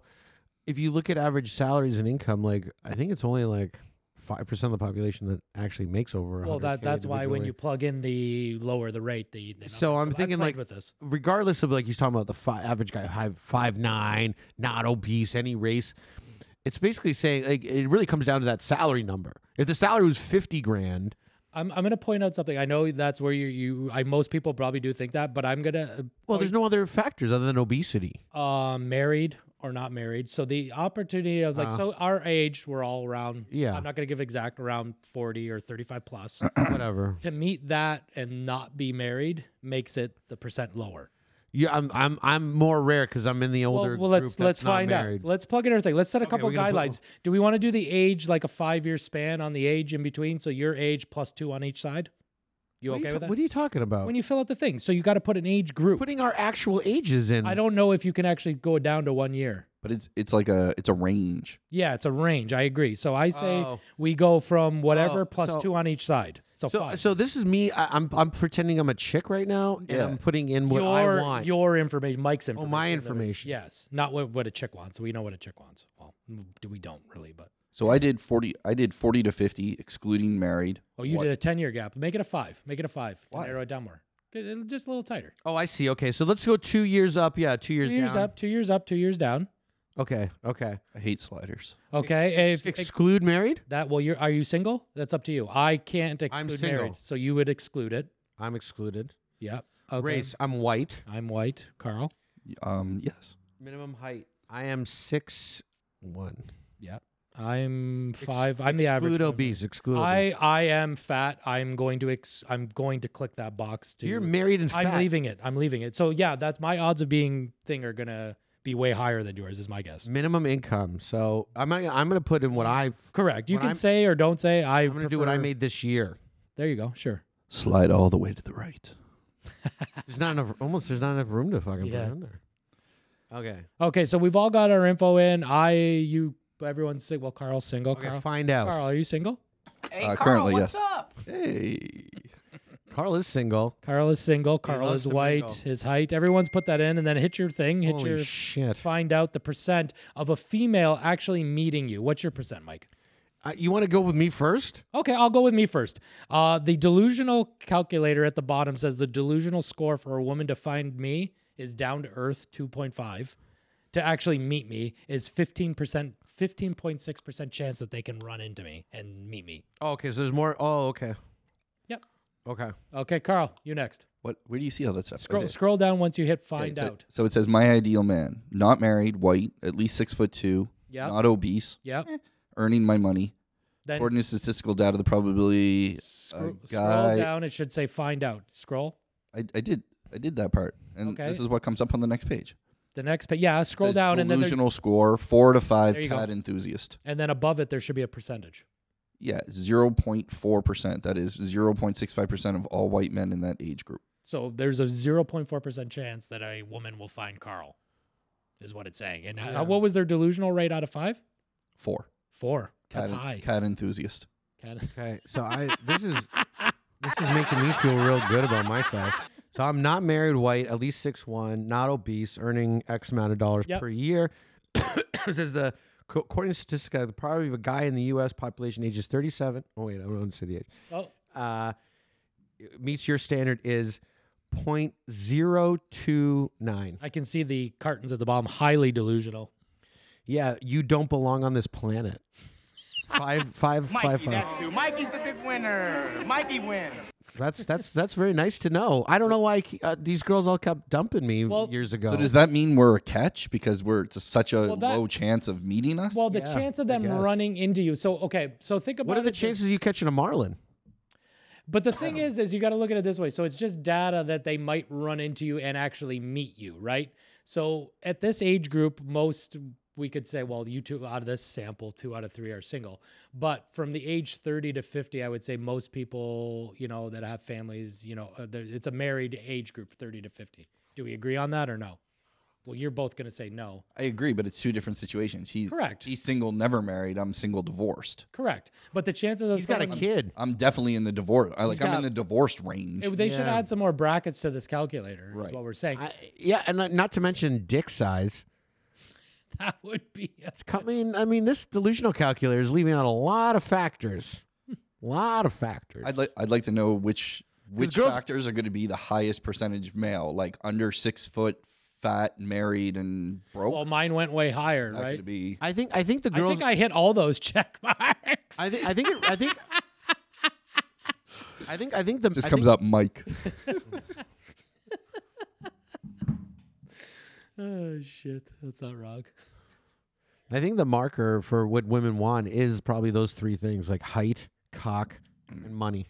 Speaker 9: if you look at average salaries and income, like I think it's only like five percent of the population that actually makes over.
Speaker 10: Well, that
Speaker 9: 100K
Speaker 10: that's why when
Speaker 9: individually.
Speaker 10: you plug in the lower the rate, the, the
Speaker 9: So
Speaker 10: numbers
Speaker 9: I'm
Speaker 10: go- I've
Speaker 9: thinking,
Speaker 10: played
Speaker 9: like-
Speaker 10: with this.
Speaker 9: regardless of like he's talking about the five, average guy five five nine, not obese, any race. It's basically saying like it really comes down to that salary number. If the salary was fifty grand,
Speaker 10: I'm I'm gonna point out something. I know that's where you you I most people probably do think that, but I'm gonna uh,
Speaker 9: well, there's no other factors other than obesity.
Speaker 10: uh, married or not married. So the opportunity of like so our age, we're all around.
Speaker 9: Uh. Yeah.
Speaker 10: I'm not gonna give exact around forty or thirty five plus.
Speaker 9: Whatever.
Speaker 10: to meet that and not be married makes it the percent lower.
Speaker 9: Yeah, I'm I'm I'm more rare because I'm in the older.
Speaker 10: Well, well let's
Speaker 9: group
Speaker 10: let's
Speaker 9: that's not
Speaker 10: find
Speaker 9: married.
Speaker 10: out. Let's plug in everything. Let's set a couple
Speaker 9: we're gonna put-
Speaker 10: guidelines. do we want to do the age like a five year span on the age in between? So your age plus two on each side. You
Speaker 9: What are
Speaker 10: okay
Speaker 9: you,
Speaker 10: with
Speaker 9: ta-
Speaker 10: that?
Speaker 9: What are you talking about?
Speaker 10: when you fill out the thing, so you got to put an age group.
Speaker 9: putting our actual ages in.
Speaker 10: I don't know if you can actually go down to one year.
Speaker 7: But it's it's like a it's a range.
Speaker 10: Yeah, it's a range. I agree. So I say
Speaker 9: Oh.
Speaker 10: we go from whatever
Speaker 9: Oh,
Speaker 10: plus
Speaker 9: so-
Speaker 10: two on each side. So,
Speaker 9: So,
Speaker 10: five.
Speaker 9: so this is me. I, I'm I'm pretending I'm a chick right now, and
Speaker 7: Yeah.
Speaker 9: I'm putting in what
Speaker 10: your
Speaker 9: I want. Oh,
Speaker 10: your information, Mike's information.
Speaker 9: my
Speaker 10: that-
Speaker 9: information.
Speaker 10: Yes, not what, what a chick wants. We know what a chick wants. Well, m- do we don't really, but
Speaker 7: So I did forty. I did forty to fifty, excluding married.
Speaker 10: oh, you
Speaker 7: What-
Speaker 10: did a ten year gap. Make it a five. Make it a five.
Speaker 7: Why?
Speaker 10: Narrow it down more. It- it'll- Just a little tighter.
Speaker 9: oh, I see. Okay, so let's go two years up. Yeah, two years,
Speaker 10: two years
Speaker 9: down.
Speaker 10: up. Two years up. Two years down.
Speaker 9: Okay, okay.
Speaker 7: I hate sliders.
Speaker 10: Okay.
Speaker 9: Ex-
Speaker 10: if-
Speaker 9: exclude married.
Speaker 10: that well, you're are you single? That's up to you. I can't
Speaker 9: I'm
Speaker 10: exclude
Speaker 9: single.
Speaker 10: marriage, so you would exclude it.
Speaker 9: I'm excluded.
Speaker 10: Yep. Okay.
Speaker 9: Race. I'm white.
Speaker 10: I'm white, Carl.
Speaker 7: Um, yes.
Speaker 9: Minimum height. I am six one.
Speaker 10: Yep. I'm five. I'm the average.
Speaker 9: Exclude
Speaker 10: one.
Speaker 9: obese. Exclude. obese.
Speaker 10: I I am fat. I'm going to ex- I'm going to click that box to.
Speaker 9: You're married and fat.
Speaker 10: I'm leaving it. I'm leaving it. So yeah, that's my odds of being thing are gonna be way higher than yours. Is my guess.
Speaker 9: Minimum income. So I'm gonna- I'm gonna put in what I
Speaker 10: Correct. You
Speaker 9: When
Speaker 10: can
Speaker 9: I'm-
Speaker 10: say or don't say. I
Speaker 9: I'm gonna do what I
Speaker 10: prefer-
Speaker 9: made this year.
Speaker 10: There you go. Sure.
Speaker 7: Slide all the way to the right.
Speaker 9: There's not enough. Almost there's not enough room to fucking
Speaker 10: Yeah.
Speaker 9: put in there. Okay.
Speaker 10: Okay. So we've all got our info in. I you everyone's single. Well, Carl's single.
Speaker 9: Okay.
Speaker 10: Carl.
Speaker 9: Find out.
Speaker 10: Carl, are you single?
Speaker 8: Hey,
Speaker 7: Uh,
Speaker 8: Carl,
Speaker 7: currently,
Speaker 8: what's
Speaker 7: yes.
Speaker 8: up?
Speaker 7: Hey.
Speaker 9: Carl is single.
Speaker 10: Carl is single. Carl
Speaker 9: loves
Speaker 10: is
Speaker 9: to
Speaker 10: white.
Speaker 9: mingle.
Speaker 10: His height. Everyone's put that in, and then hit your thing. Hit
Speaker 9: Holy
Speaker 10: your
Speaker 9: shit!
Speaker 10: find out the percent of a female actually meeting you. What's your percent, Mike?
Speaker 9: Uh, you want to go with me first?
Speaker 10: Okay, I'll go with me first. Uh, the delusional calculator at the bottom says the delusional score for a woman to find me is down to earth 2.5. to actually meet me is fifteen percent, fifteen point six percent chance that they can run into me and meet me.
Speaker 9: Oh, okay. So there's more. Oh, okay.
Speaker 10: Yep.
Speaker 9: Okay.
Speaker 10: Okay, Carl, you next.
Speaker 7: What? Where do you see all that stuff?
Speaker 10: Scroll,
Speaker 7: Okay.
Speaker 10: scroll down once you hit
Speaker 7: Okay,
Speaker 10: find
Speaker 7: so,
Speaker 10: out.
Speaker 7: So it says my ideal man, not married, white, at least six foot two,
Speaker 10: Yep.
Speaker 7: not obese,
Speaker 10: Yep.
Speaker 7: earning my money.
Speaker 10: Then
Speaker 7: According to statistical data, the probability
Speaker 10: scro-
Speaker 7: a
Speaker 10: scroll
Speaker 7: guy.
Speaker 10: down. It should say find out. Scroll.
Speaker 7: I, I did I did that part, and
Speaker 10: Okay.
Speaker 7: this is what comes up on the next page.
Speaker 10: The next page. Yeah,
Speaker 7: It
Speaker 10: scroll
Speaker 7: says
Speaker 10: down and then there,
Speaker 7: delusional score four to five
Speaker 10: There you go.
Speaker 7: cat enthusiast.
Speaker 10: and then above it there should be a percentage.
Speaker 7: Yeah, zero point four percent. That is zero point six five percent of all white men in that age group.
Speaker 10: So there's a 0.4% chance that a woman will find Carl, is what it's saying. And uh, what was their delusional rate out of five?
Speaker 7: Four.
Speaker 10: Four. That's
Speaker 7: cat,
Speaker 10: high.
Speaker 7: Cat enthusiast.
Speaker 10: Cat-
Speaker 9: Okay. So I this is this is making me feel real good about myself. So I'm not married, white, at least six one, not obese, earning X amount of dollars
Speaker 10: Yep.
Speaker 9: per year. it says the co- according to Statistica, the probability of a guy in the U.S. population ages 37. Oh wait, I don't want to say the age.
Speaker 10: Oh,
Speaker 9: Uh, meets your standard is 0.029.
Speaker 10: I can see the cartons at the bottom. Highly delusional.
Speaker 9: Yeah, you don't belong on this planet. Five, five, five, five.
Speaker 5: Mikey's the big winner. Mikey wins.
Speaker 9: That's that's that's very nice to know. I don't know why uh, these girls all kept dumping me
Speaker 10: Well-
Speaker 9: years ago.
Speaker 7: So does that mean we're a catch because we're it's such a
Speaker 10: Well, that-
Speaker 7: low chance of meeting us?
Speaker 10: Well, the
Speaker 9: Yeah,
Speaker 10: chance of
Speaker 9: I
Speaker 10: them
Speaker 9: guess.
Speaker 10: running into you. So, okay. So think about
Speaker 9: what are the
Speaker 10: it this-
Speaker 9: chances of you catching a marlin?
Speaker 10: But the thing is, is you got to look at it this way. So it's just data that they might run into you and actually meet you, right? So at this age group, most we could say, well, you two out of this sample, two out of three are single. But from the age 30 to 50, I would say most people, you know, that have families, you know, uh, there- it's a married age group, 30 to 50. Do we agree on that or no? Well, you're both going to say no.
Speaker 7: I agree, but it's two different situations. He's
Speaker 10: Correct.
Speaker 7: He's single, never married. I'm single, divorced.
Speaker 10: Correct. But the chances of
Speaker 9: He's got a
Speaker 10: someone-
Speaker 9: kid.
Speaker 7: I'm definitely in the divorce. I like. I'm
Speaker 9: got-
Speaker 7: in the divorced range.
Speaker 10: It- they should
Speaker 9: Yeah.
Speaker 10: add some more brackets to this calculator, is
Speaker 7: Right.
Speaker 10: what we're saying.
Speaker 9: I, yeah, and not- not to mention dick size.
Speaker 10: that would be a
Speaker 9: I mean, I mean, this delusional calculator is leaving out a lot of factors. A lot of factors.
Speaker 7: I'd like. I'd like to know which which
Speaker 9: girls-
Speaker 7: factors are going to be the highest percentage male, like under six foot, fat, married, and broke.
Speaker 10: Well, mine went way higher,
Speaker 7: Oh. It's not going
Speaker 10: right?
Speaker 7: to be.
Speaker 9: I think. I think the
Speaker 10: I
Speaker 9: girls.
Speaker 10: think I hit all those check marks.
Speaker 9: I think. I think. It, I think. I think. I think the
Speaker 7: Just
Speaker 9: I
Speaker 7: comes
Speaker 9: think,
Speaker 7: up, Mike.
Speaker 10: oh shit, that's not wrong.
Speaker 9: I think the marker for what women want is probably those three things like height, cock, and money.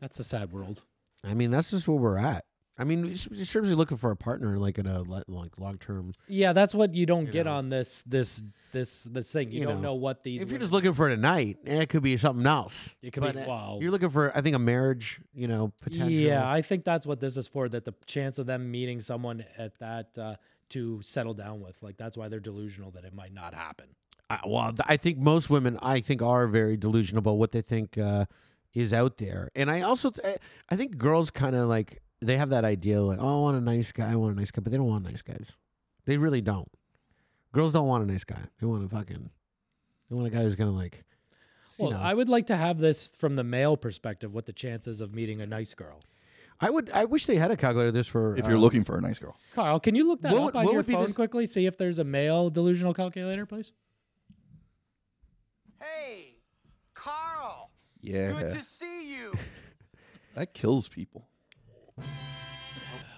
Speaker 10: That's a sad world.
Speaker 9: I mean, that's just where we're at. I mean, we should, we should be looking for a partner, like in a le- like long term.
Speaker 10: Yeah, that's what you don't get
Speaker 9: know.
Speaker 10: on this this this this thing. You,
Speaker 9: You
Speaker 10: don't know,
Speaker 9: know.
Speaker 10: what these.
Speaker 9: If you're
Speaker 10: women-
Speaker 9: just looking for it at night, eh, it could be something else.
Speaker 10: It could be-
Speaker 9: uh,
Speaker 10: wow.
Speaker 9: You're looking for, I think, a marriage. You know, potential.
Speaker 10: yeah, I think that's what this is for. That the chance of them meeting someone at that uh, to settle down with, like that's why they're delusional that it might not happen.
Speaker 9: I, well, th- I think most women, I think, are very delusional about what they think uh, is out there. And I also, th- eh, I think girls kind of like they have that idea like, oh, I want a nice guy, I want a nice guy, but they don't want nice guys. They really don't. Girls don't want a nice guy. They want a fucking. They want a guy who's gonna like. you
Speaker 10: Well,
Speaker 9: know.
Speaker 10: I would like to have this from the male perspective. What the chances of meeting a nice girl?
Speaker 9: I would. I wish they had a calculator this for.
Speaker 7: If you're
Speaker 9: uh,
Speaker 7: looking for a nice girl,
Speaker 10: Carl, can you look that
Speaker 9: What
Speaker 10: up
Speaker 9: would-
Speaker 10: on
Speaker 9: what
Speaker 10: your
Speaker 9: would be
Speaker 10: phone
Speaker 9: this-
Speaker 10: quickly? See if there's a male delusional calculator, please.
Speaker 8: Hey, Carl. Good
Speaker 7: yeah,
Speaker 8: to see you.
Speaker 7: that kills people.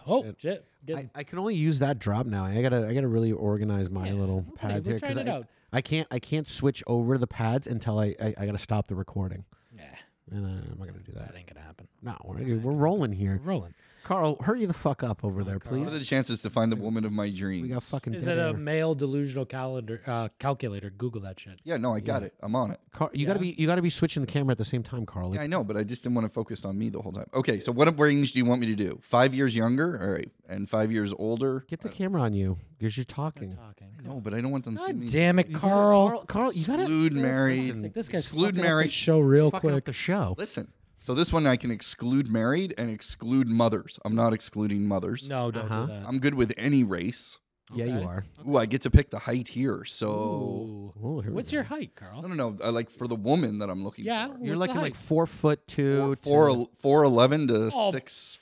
Speaker 10: Oh, shit. Get-
Speaker 9: I, I can only use that drop now. I gotta. I gotta really organize my little pad
Speaker 10: we're
Speaker 9: here 'cause
Speaker 10: trying it
Speaker 9: I,
Speaker 10: out.
Speaker 9: I can't. I can't switch over the pads until I. I, I gotta stop the recording. Yeah. And then I'm not gonna do that.
Speaker 10: that ain't gonna happen.
Speaker 9: No, we're, we're rolling here.
Speaker 10: Rolling.
Speaker 9: Carl, hurry the fuck up over there,
Speaker 7: What are the
Speaker 9: please.
Speaker 7: chances to find the woman of my dreams?
Speaker 9: We got fucking.
Speaker 10: Oh, Is
Speaker 9: dead
Speaker 10: it um, a
Speaker 9: air.
Speaker 10: male delusional calendar uh, calculator? Google that shit.
Speaker 7: Yeah, no, I got it. I'm on it.
Speaker 9: Carl, you gotta be. You gotta be switching the camera at the same time, Carl.
Speaker 7: Yeah, I know, but I just didn't want to focus on me the whole time. Okay, so what range do you want me to do? Five years younger, all right, and five years older.
Speaker 9: Get the camera on you because you're talking.
Speaker 10: Talking.
Speaker 7: No, but I don't want them seeing
Speaker 10: God
Speaker 7: me.
Speaker 10: damn it,
Speaker 9: Carl,
Speaker 10: Carl.
Speaker 9: Carl, you gotta
Speaker 7: exclude married.
Speaker 10: Like, this guy's
Speaker 7: exclude
Speaker 10: fucking up the
Speaker 7: married.
Speaker 10: show real
Speaker 9: fucking up
Speaker 10: quick.
Speaker 9: the show.
Speaker 7: Listen, so this one I can exclude married and exclude mothers. I'm not excluding mothers.
Speaker 10: No, don't
Speaker 9: Uh-huh.
Speaker 10: do that.
Speaker 7: I'm good with any race.
Speaker 9: Yeah, you are.
Speaker 7: Ooh, I get to pick the height here. So
Speaker 10: Ooh.
Speaker 9: Oh, here we
Speaker 10: What's
Speaker 9: go.
Speaker 10: your height, Carl?
Speaker 7: I don't know. I like for the woman that I'm looking
Speaker 10: Yeah,
Speaker 7: for.
Speaker 9: You're
Speaker 10: what's the
Speaker 9: looking like
Speaker 10: height?
Speaker 9: four foot two.
Speaker 7: Four,
Speaker 9: to-
Speaker 7: four, four eleven to
Speaker 10: Oh.
Speaker 7: six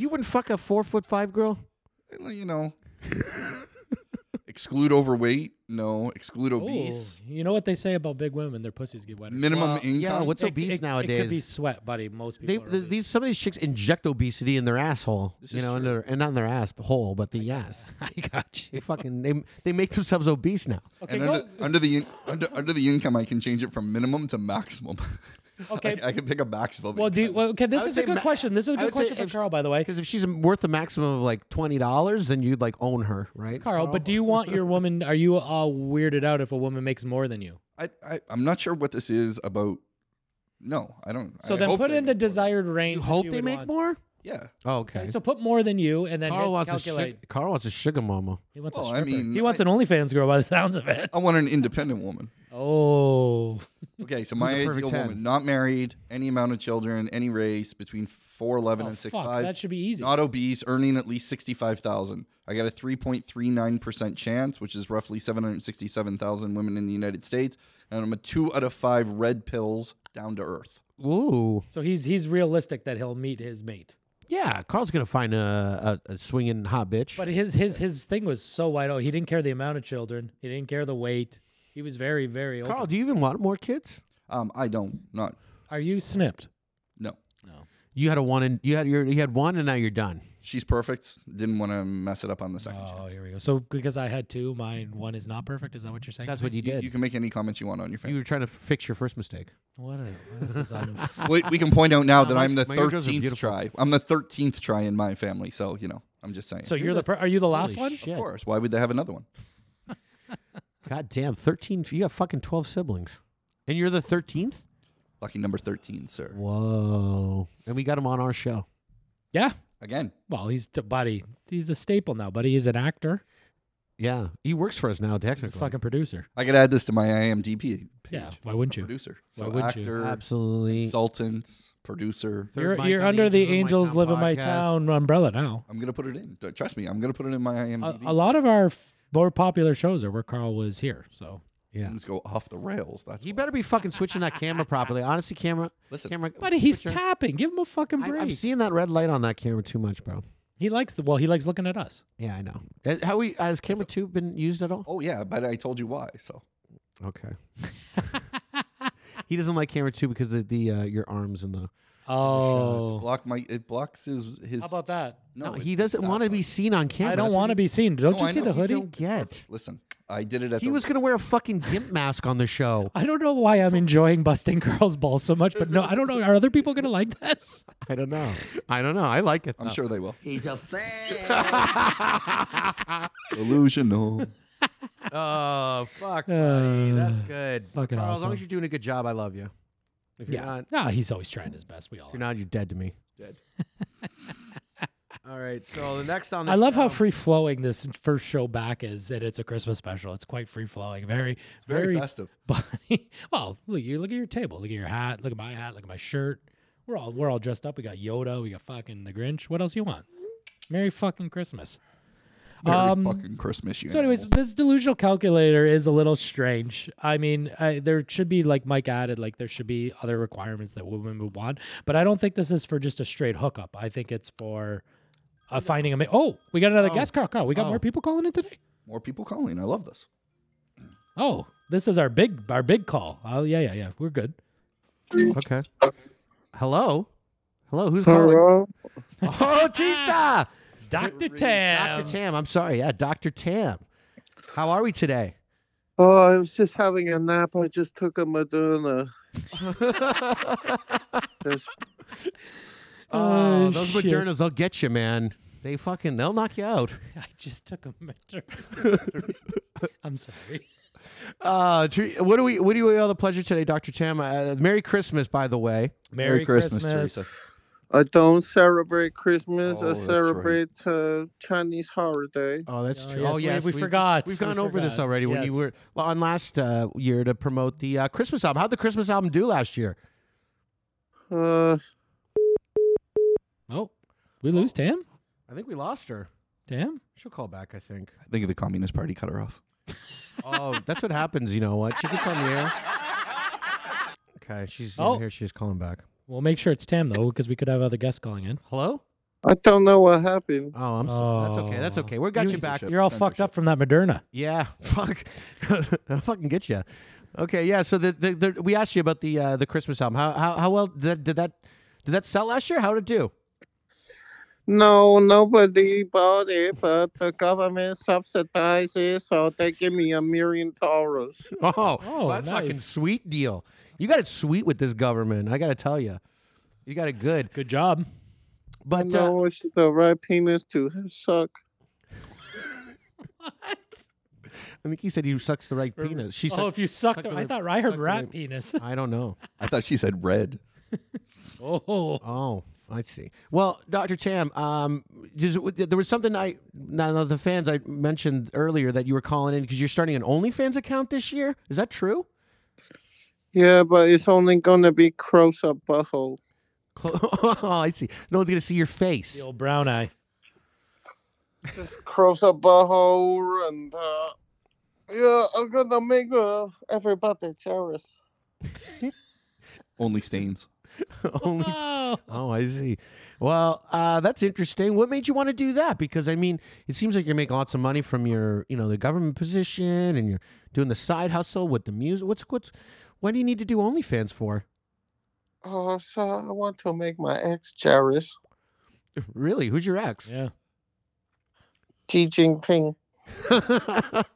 Speaker 9: You wouldn't fuck a four foot five girl.
Speaker 7: you know. Exclude overweight? No. Exclude
Speaker 10: Oh,
Speaker 7: obese?
Speaker 10: You know what they say about big women? Their pussies get wetter.
Speaker 7: Minimum
Speaker 9: Well,
Speaker 7: income?
Speaker 9: yeah, what's
Speaker 10: It-
Speaker 9: obese
Speaker 10: it- It
Speaker 9: nowadays?
Speaker 10: could be sweat, buddy. Most
Speaker 9: They,
Speaker 10: people. are
Speaker 9: the, these some of these chicks inject obesity in their asshole,
Speaker 7: This
Speaker 9: you
Speaker 7: is
Speaker 9: know, and,
Speaker 7: true.
Speaker 9: their, and not in their ass but hole, but the ass.
Speaker 10: obese. I got you.
Speaker 9: They fucking they they make themselves obese now.
Speaker 10: Okay,
Speaker 7: and
Speaker 10: go.
Speaker 7: under, under the in, under, under the income, I can change it from minimum to maximum.
Speaker 10: Okay.
Speaker 7: I, I can pick a maximum.
Speaker 10: well, do you,
Speaker 7: income.
Speaker 10: well, okay.
Speaker 9: I
Speaker 10: This
Speaker 9: would
Speaker 10: is a
Speaker 9: say
Speaker 10: good
Speaker 9: ma-
Speaker 10: question. This is a
Speaker 9: I
Speaker 10: good
Speaker 9: would say
Speaker 10: question for
Speaker 9: if-
Speaker 10: Carl, by the way.
Speaker 9: Because if she's worth a maximum of like twenty dollars, then you'd like own her, right?
Speaker 10: Carl, but do you want your woman? Are you all weirded out if a woman makes more than you?
Speaker 7: I, I I'm not sure what this is about. No, I don't.
Speaker 10: So
Speaker 7: I
Speaker 10: then
Speaker 7: hope
Speaker 10: put
Speaker 7: they
Speaker 10: in the
Speaker 7: make more.
Speaker 10: desired range.
Speaker 9: you
Speaker 10: that
Speaker 9: hope
Speaker 10: you
Speaker 9: they
Speaker 10: would
Speaker 9: make
Speaker 10: want.
Speaker 9: more?
Speaker 7: Yeah.
Speaker 9: Oh, okay.
Speaker 10: So put more than you, and then
Speaker 9: Carl
Speaker 10: hit
Speaker 9: wants, a
Speaker 10: calculate.
Speaker 9: sugar, Carl wants a sugar mama.
Speaker 10: he wants a
Speaker 7: Well, I
Speaker 10: stripper.
Speaker 7: mean,
Speaker 10: he wants
Speaker 7: I-
Speaker 10: an
Speaker 7: Oh.
Speaker 10: OnlyFans girl by the sounds of it.
Speaker 7: I want an independent woman.
Speaker 10: Oh,
Speaker 7: Okay, so my
Speaker 9: a perfect
Speaker 7: ideal
Speaker 9: 10?
Speaker 7: woman, not married, any amount of children, any race, between four eleven
Speaker 10: Oh,
Speaker 7: and six
Speaker 10: fuck,
Speaker 7: five.
Speaker 10: that should be easy.
Speaker 7: Not obese, earning at least sixty five thousand. I got a three point three nine percent chance, which is roughly seven hundred sixty seven thousand women in the United States, and I'm a two out of five red pills down to earth.
Speaker 9: Ooh,
Speaker 10: so he's he's realistic that he'll meet his mate.
Speaker 9: yeah. Carl's gonna find a a, a swinging hot bitch.
Speaker 10: But his his his thing was so wide open. He didn't care the amount of children. He didn't care the weight. He was very very open.
Speaker 9: Carl, do you even want more kids?
Speaker 7: Um, I don't, not
Speaker 10: Are you snipped?
Speaker 7: no.
Speaker 9: You had a one, and you had your you had one, and now you're done.
Speaker 7: She's perfect. Didn't want to mess it up on the second
Speaker 10: Oh,
Speaker 7: chance.
Speaker 10: here we go. So because I had two, mine one is not perfect. Is that what you're saying?
Speaker 9: That's
Speaker 10: to
Speaker 9: what
Speaker 10: me?
Speaker 9: you
Speaker 7: You,
Speaker 9: did.
Speaker 7: you can make any comments you want on your
Speaker 9: you
Speaker 7: family.
Speaker 9: were trying to fix your first mistake.
Speaker 10: What are this is un-
Speaker 7: Wait, we can point out now
Speaker 9: No,
Speaker 7: that
Speaker 9: my-
Speaker 7: I'm the
Speaker 9: my eardrums are
Speaker 7: thirteenth
Speaker 9: beautiful.
Speaker 7: try. I'm the thirteenth try in my family, so you know, I'm just saying.
Speaker 10: So you're the per- are you the last
Speaker 9: Holy
Speaker 10: one?
Speaker 9: shit.
Speaker 7: of course, why would they have another one?
Speaker 9: God damn, thirteen. You got fucking twelve siblings, and you're the thirteenth.
Speaker 7: Lucky number thirteen, sir.
Speaker 9: Whoa! And we got him on our show.
Speaker 10: Yeah.
Speaker 7: Again,
Speaker 10: Well, he's t- buddy. He's a staple now, buddy. He's an actor.
Speaker 9: Yeah, he works for us now.
Speaker 10: He's a
Speaker 9: Technically,
Speaker 10: fucking producer.
Speaker 7: I could add this to my IMDb page.
Speaker 10: Yeah. Why wouldn't you?
Speaker 7: Producer,
Speaker 10: Why
Speaker 7: so
Speaker 10: wouldn't you?
Speaker 7: actor,
Speaker 9: absolutely.
Speaker 7: consultant, producer.
Speaker 9: Third
Speaker 10: you're
Speaker 9: mic
Speaker 10: you're
Speaker 9: on
Speaker 10: under the
Speaker 9: Angels
Speaker 10: Angels
Speaker 9: Live
Speaker 10: Live
Speaker 9: in
Speaker 10: in My
Speaker 9: Podcast.
Speaker 10: Town umbrella now.
Speaker 7: I'm gonna put it in. D- Trust me, I'm gonna put it in my
Speaker 10: A,
Speaker 7: IMDb.
Speaker 10: a lot of our f- more popular shows are where Carl was here. So
Speaker 9: Yeah.
Speaker 7: Things go off the rails. That's
Speaker 9: You
Speaker 7: why.
Speaker 9: better be fucking switching that camera properly. Honestly, camera.
Speaker 7: Listen.
Speaker 9: camera.
Speaker 10: buddy, he's
Speaker 9: switcher.
Speaker 10: tapping. Give him a fucking
Speaker 9: I,
Speaker 10: break.
Speaker 9: I'm seeing that red light on that camera too much, bro.
Speaker 10: he likes the well. He likes looking at us.
Speaker 9: Yeah, I know. Uh, How we has camera two been used at all?
Speaker 7: Oh yeah, but I told you why. So
Speaker 9: Okay. he doesn't like camera two because of the uh, your arms and the.
Speaker 10: Oh,
Speaker 7: block my it blocks his his.
Speaker 10: how about that?
Speaker 9: No,
Speaker 7: it-
Speaker 9: he doesn't
Speaker 7: it's
Speaker 9: want
Speaker 7: not
Speaker 9: to be
Speaker 7: blocked.
Speaker 9: seen on camera.
Speaker 10: Oh, I don't
Speaker 9: That's what
Speaker 10: want to be seen. Don't
Speaker 7: No,
Speaker 10: you
Speaker 7: I
Speaker 10: see
Speaker 7: know.
Speaker 10: the
Speaker 7: You
Speaker 9: you
Speaker 10: hoodie?
Speaker 9: don't get.
Speaker 7: Listen, I did it at
Speaker 9: He
Speaker 7: the
Speaker 9: was gonna wear a fucking gimp mask on the show.
Speaker 10: I don't know why I'm enjoying busting Carl's balls so much, but no, I don't know. Are other people gonna like this?
Speaker 9: I don't know. I don't know. I like it.
Speaker 7: I'm
Speaker 9: though.
Speaker 7: sure they will.
Speaker 1: He's a fag.
Speaker 7: Illusional.
Speaker 9: Oh fuck, buddy. That's good.
Speaker 10: Uh, fucking
Speaker 9: Carl, As long
Speaker 10: awesome.
Speaker 9: as you're doing a good job, I love you. If you're
Speaker 10: Yeah.
Speaker 9: not,
Speaker 10: No, he's always trying his best. We all.
Speaker 9: if you're
Speaker 10: are.
Speaker 9: not, you're dead to me.
Speaker 7: Dead.
Speaker 9: All right. So the next on. The
Speaker 10: I love how
Speaker 9: show-
Speaker 10: free flowing this first show back is, and it's a Christmas special. It's quite free flowing. Very,
Speaker 7: It's very, festive.
Speaker 10: Bonnie. Well, look, you look at your table. Look at your hat. Look at my hat. Look at my shirt. We're all we're all dressed up. We got Yoda. We got fucking the Grinch. What else you want? Merry fucking Christmas.
Speaker 7: Very
Speaker 10: Um,
Speaker 7: fucking Christmas. You
Speaker 10: So, anyways,
Speaker 7: animals.
Speaker 10: this delusional calculator is a little strange. I mean, I, there should be, like Mike added, like there should be other requirements that women would want, but I don't think this is for just a straight hookup. I think it's for uh, finding a. Ma- oh, we got another guest call. call. We got
Speaker 9: Oh.
Speaker 10: more people calling in today.
Speaker 7: more people calling. I love this.
Speaker 10: Oh, this is our big, our big call. Oh, yeah, yeah, yeah. We're good.
Speaker 9: Okay. Hello. Hello. Who's Hello? calling? Oh, Tisa.
Speaker 10: Doctor
Speaker 7: Reese.
Speaker 10: Tam.
Speaker 9: Dr. Tam. I'm sorry. Yeah, Dr. Tam. How are we today?
Speaker 12: Oh, I was just having a nap. I just took a Moderna. Just,
Speaker 9: Oh,
Speaker 10: Oh,
Speaker 9: those
Speaker 10: shit.
Speaker 9: Modernas, they'll get you, man. They fucking, they'll knock you out.
Speaker 10: I just took a meter. I'm sorry.
Speaker 9: Uh, tre- what do we, what do we owe the pleasure today, Dr. Tam? Uh, Merry Christmas, by the way.
Speaker 10: Merry,
Speaker 7: Christmas, Teresa.
Speaker 12: I don't celebrate Christmas.
Speaker 7: Oh,
Speaker 12: I
Speaker 7: that's right.
Speaker 12: celebrate uh, Chinese holiday.
Speaker 9: Oh, that's
Speaker 10: Oh,
Speaker 9: true.
Speaker 10: yes,
Speaker 9: oh,
Speaker 10: we-
Speaker 9: yes,
Speaker 10: we
Speaker 9: we've-
Speaker 10: forgot.
Speaker 9: We've
Speaker 10: We
Speaker 9: gone over this
Speaker 10: forgot.
Speaker 9: already when you
Speaker 10: Yes.
Speaker 9: were well, on last uh, year to promote the uh, Christmas album. How'd the Christmas album do last year?
Speaker 12: Uh,
Speaker 10: Oh, we lose Tam.
Speaker 9: I think we lost her.
Speaker 10: Tam.
Speaker 9: She'll call back, I think.
Speaker 7: I think the Communist Party cut her off.
Speaker 9: Oh, that's what happens. You know what? She gets on the air. Okay, she's yeah,
Speaker 10: Oh.
Speaker 9: here. She's calling back.
Speaker 10: We'll make sure it's Tam though, because we could have other guests calling in.
Speaker 9: Hello.
Speaker 12: I don't know what happened.
Speaker 9: Oh, I'm sorry. That's okay. That's okay. We got you back.
Speaker 10: You're all fucked up from that Moderna.
Speaker 9: Yeah, fuck. I'll fucking get you. Okay, yeah. So the, the, the we asked you about the uh, the Christmas album. How how how well did that, did that did that sell last year? How did it do?
Speaker 12: No, nobody bought it, but the government subsidizes, so they give me a million dollars.
Speaker 9: Oh, well, that's fucking sweet deal. You got it sweet with this government. I got to tell you, you got it good.
Speaker 10: Good job.
Speaker 9: But uh,
Speaker 7: uh,
Speaker 12: I know it's the right penis to suck.
Speaker 9: I think he said he sucks the right penis. She said,
Speaker 10: oh, if you sucked,
Speaker 9: the
Speaker 10: I
Speaker 9: right-
Speaker 10: thought I
Speaker 9: sucked
Speaker 10: heard
Speaker 9: the
Speaker 10: rat
Speaker 9: right-
Speaker 10: penis.
Speaker 9: I don't know.
Speaker 7: I thought she said red.
Speaker 10: Oh,
Speaker 9: Oh, I see. Well, Dr. Tam, um, just, there was something I, now now the fans I mentioned earlier that you were calling in because you're starting an OnlyFans account this year. Is that true?
Speaker 12: Yeah, but it's only gonna be close up butthole.
Speaker 9: oh, I see. No one's going to see your face.
Speaker 10: the old brown eye.
Speaker 12: Just close up butthole, and uh, yeah, I'm gonna make uh, everybody jealous.
Speaker 7: Only stains.
Speaker 9: Only- oh, I see. Well, uh, that's interesting. What made you want to do that? Because I mean, it seems like you make lots of money from your, you know, the government position, and you're doing the side hustle with the music. What's what's what do you need to do OnlyFans for?
Speaker 12: Oh, so I want to make my ex jealous.
Speaker 9: Really? Who's your ex?
Speaker 10: Yeah.
Speaker 12: Xi Jinping.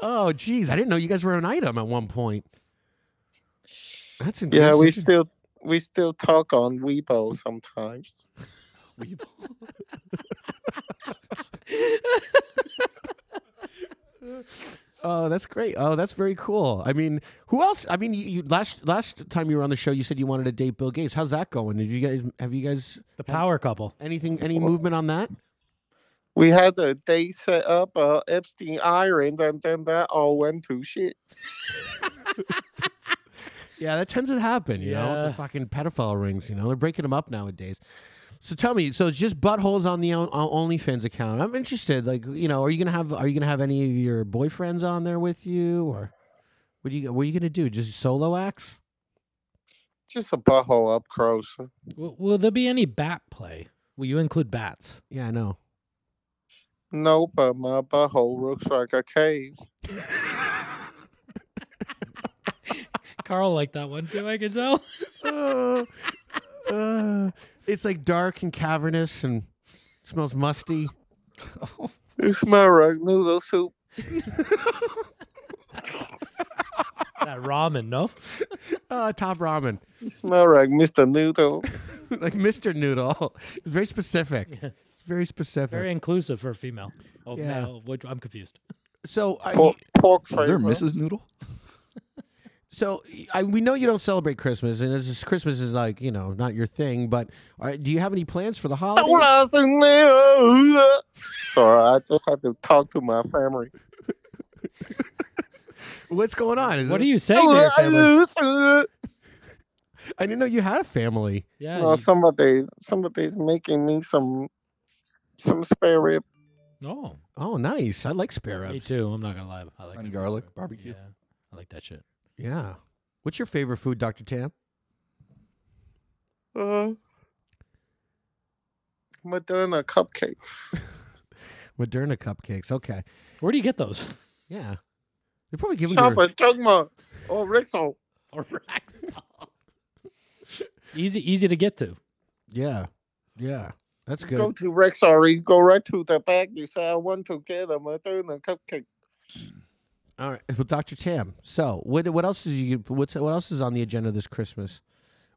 Speaker 9: Oh, geez, I didn't know you guys were an item at one point. That's in-
Speaker 12: Yeah,
Speaker 9: that's
Speaker 12: we
Speaker 9: interesting.
Speaker 12: still we still talk on Weibo sometimes.
Speaker 9: Oh, that's great. Oh, that's very cool. I mean, who else? I mean, you, you last last time you were on the show, you said you wanted to date Bill Gates. How's that going? Did you guys have you guys
Speaker 10: the power couple?
Speaker 9: Anything? Any movement on that?
Speaker 12: We had a day set up uh, Epstein Island, and then that all went to shit.
Speaker 9: Yeah, that tends to happen. You know, with the
Speaker 10: Yeah.
Speaker 9: fucking pedophile rings. You know, they're breaking them up nowadays. So tell me, so it's just buttholes on the on- on OnlyFans account. I'm interested. Like, you know, are you gonna have are you gonna have any of your boyfriends on there with you, or what do you what are you gonna do? Just solo acts?
Speaker 12: Just a butthole up close.
Speaker 10: Will, will there be any bat play? Will you include bats?
Speaker 9: Yeah, I know.
Speaker 12: No, but uh, my butthole looks like a cave.
Speaker 10: Carl liked that one too. I can tell.
Speaker 9: Uh, uh, it's like dark and cavernous and smells musty.
Speaker 12: It smells like noodle soup.
Speaker 10: that ramen, no?
Speaker 9: Uh, top ramen,
Speaker 12: It smells like Mr. Noodle.
Speaker 9: like Mr. Noodle. It's very specific. It's very specific.
Speaker 10: Very inclusive for a female. Oh,
Speaker 9: Yeah.
Speaker 10: no, what- I'm confused.
Speaker 9: so, I,
Speaker 12: Pork, pork
Speaker 7: Is there
Speaker 12: flavor.
Speaker 7: Mrs. Noodle?
Speaker 9: so I, we know you don't celebrate Christmas, and it's just, Christmas is like you know not your thing. But uh, do you have any plans for the holidays?
Speaker 12: Sorry, uh, I just had to talk to my family.
Speaker 9: What's going on? Is
Speaker 10: What
Speaker 9: it-
Speaker 10: are you saying there, family?
Speaker 9: I didn't know you had a family.
Speaker 10: Yeah.
Speaker 12: Well,
Speaker 10: you-
Speaker 12: somebody, somebody's making me some, some spare rib.
Speaker 10: no.
Speaker 9: Oh, nice. I like spare
Speaker 10: Me
Speaker 9: ribs.
Speaker 10: too. I'm not gonna lie. I like
Speaker 7: And
Speaker 10: that
Speaker 7: garlic
Speaker 10: shit.
Speaker 7: barbecue.
Speaker 10: Yeah, I like that shit.
Speaker 9: Yeah. What's your favorite food, Doctor Tam?
Speaker 12: Uh, Madonna cupcake.
Speaker 9: Moderna cupcakes. Okay.
Speaker 10: Where do you get those?
Speaker 9: Yeah. They're probably giving you.
Speaker 12: Chopper, Jugma, or Rexall.
Speaker 10: easy, easy to get to.
Speaker 9: Yeah. Yeah. That's
Speaker 12: Go
Speaker 9: good.
Speaker 12: to Rexall, you go right to the back. You say, I want to get a Madonna cupcake.
Speaker 9: All right. Well, Dr. Tam. So, what what else is you what's what else is on the agenda this Christmas?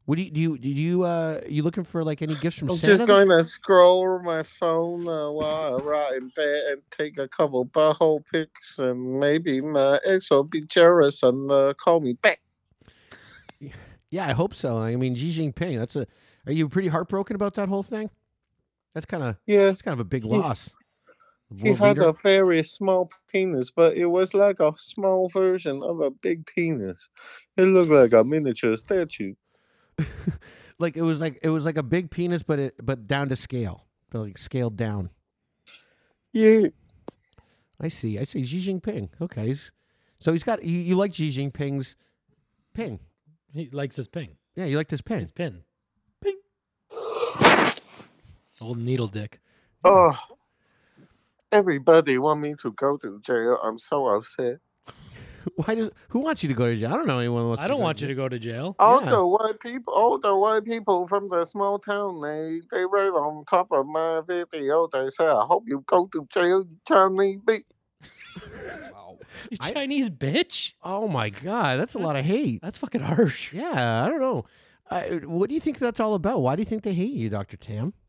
Speaker 9: What do you do you, do you uh you looking for like any gifts from
Speaker 12: I'm
Speaker 9: Santa?
Speaker 12: just going to scroll my phone uh, while I ride in bed and take a couple butthole pics, and maybe my ex will be jealous and uh, call me back.
Speaker 9: yeah, I hope so. I mean, Xi Jinping, that's a Are you pretty heartbroken about that whole thing? That's kind of
Speaker 12: Yeah,
Speaker 9: that's kind of a big loss.
Speaker 12: he
Speaker 9: World
Speaker 12: had
Speaker 9: leader.
Speaker 12: a very small penis, but it was like a small version of a big penis. It looked like a miniature statue.
Speaker 9: like it was like it was like a big penis but it but down to scale. But like scaled down.
Speaker 12: Yeah.
Speaker 9: I see. I see Xi Jinping. Okay. he's- So he's got you, you like Xi Jinping's ping.
Speaker 10: He likes his ping.
Speaker 9: Yeah, you like this ping.
Speaker 10: His pin. Old needle dick.
Speaker 12: Oh, everybody want me to go to jail. I'm so upset.
Speaker 9: Why does who wants you to go to jail? I don't know anyone who wants.
Speaker 10: I
Speaker 9: to
Speaker 10: don't
Speaker 9: go
Speaker 10: want
Speaker 9: to
Speaker 10: you to go to jail.
Speaker 12: All the white people, all the white people from the small town, they they wrote on top of my video. They said, "I hope you go to jail, you Chinese bitch."
Speaker 10: You Chinese bitch.
Speaker 9: Oh my god, that's a lot of hate.
Speaker 10: That's fucking harsh.
Speaker 9: Yeah, I don't know. I, what do you think that's all about? Why do you think they hate you, Doctor Tam?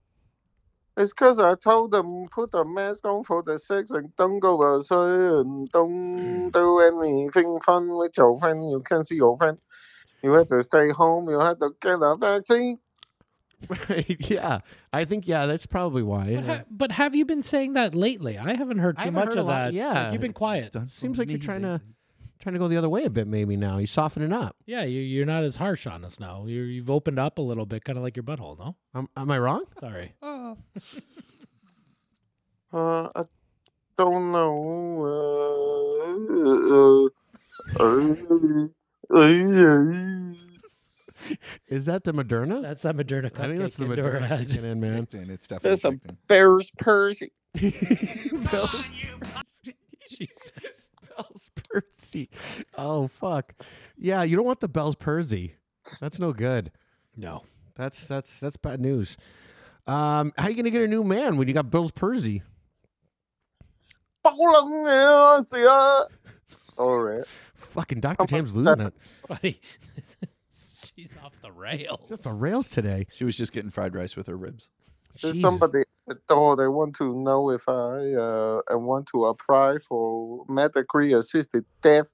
Speaker 12: It's because I told them put the mask on for the sex and don't go outside and don't do anything fun with your friend. You can't see your friend. You have to stay home. You have to get a vaccine.
Speaker 9: yeah, I think yeah, that's probably why.
Speaker 10: But, ha- but have you been saying that lately? I haven't heard
Speaker 9: I
Speaker 10: too
Speaker 9: haven't
Speaker 10: much
Speaker 9: heard a
Speaker 10: of
Speaker 9: lot-
Speaker 10: that. Like,
Speaker 9: yeah.
Speaker 10: you've been quiet.
Speaker 9: Seems like you're trying to trying to go the other way a bit, maybe now. You're softening up.
Speaker 10: Yeah, you, you're not as harsh on us now. you you've opened up a little bit, kind of like your butthole. No,
Speaker 9: Am, am I wrong?
Speaker 10: sorry.
Speaker 12: Uh, I don't know. Uh, uh, uh,
Speaker 9: Is that the Moderna?
Speaker 10: That's that Moderna.
Speaker 9: I think that's the
Speaker 10: cupcake into her
Speaker 9: Moderna
Speaker 10: head.
Speaker 9: kicking in, man.
Speaker 7: It's
Speaker 12: that's a bear's Percy.
Speaker 10: Jesus,
Speaker 9: Bell's Percy. Oh fuck. Yeah, you don't want the Bell's Percy. That's no good.
Speaker 10: No.
Speaker 9: That's that's that's bad news. Um, how you gonna get a new man when you got Bell's Percy?
Speaker 12: Sorry.
Speaker 9: Fucking Doctor Tam's losing it.
Speaker 10: buddy. She's off the rail.
Speaker 9: The rails today.
Speaker 7: She was just getting fried rice with her ribs.
Speaker 12: There's
Speaker 9: Jesus.
Speaker 12: somebody at the door. They want to know if I uh, I want to apply for medically assisted death.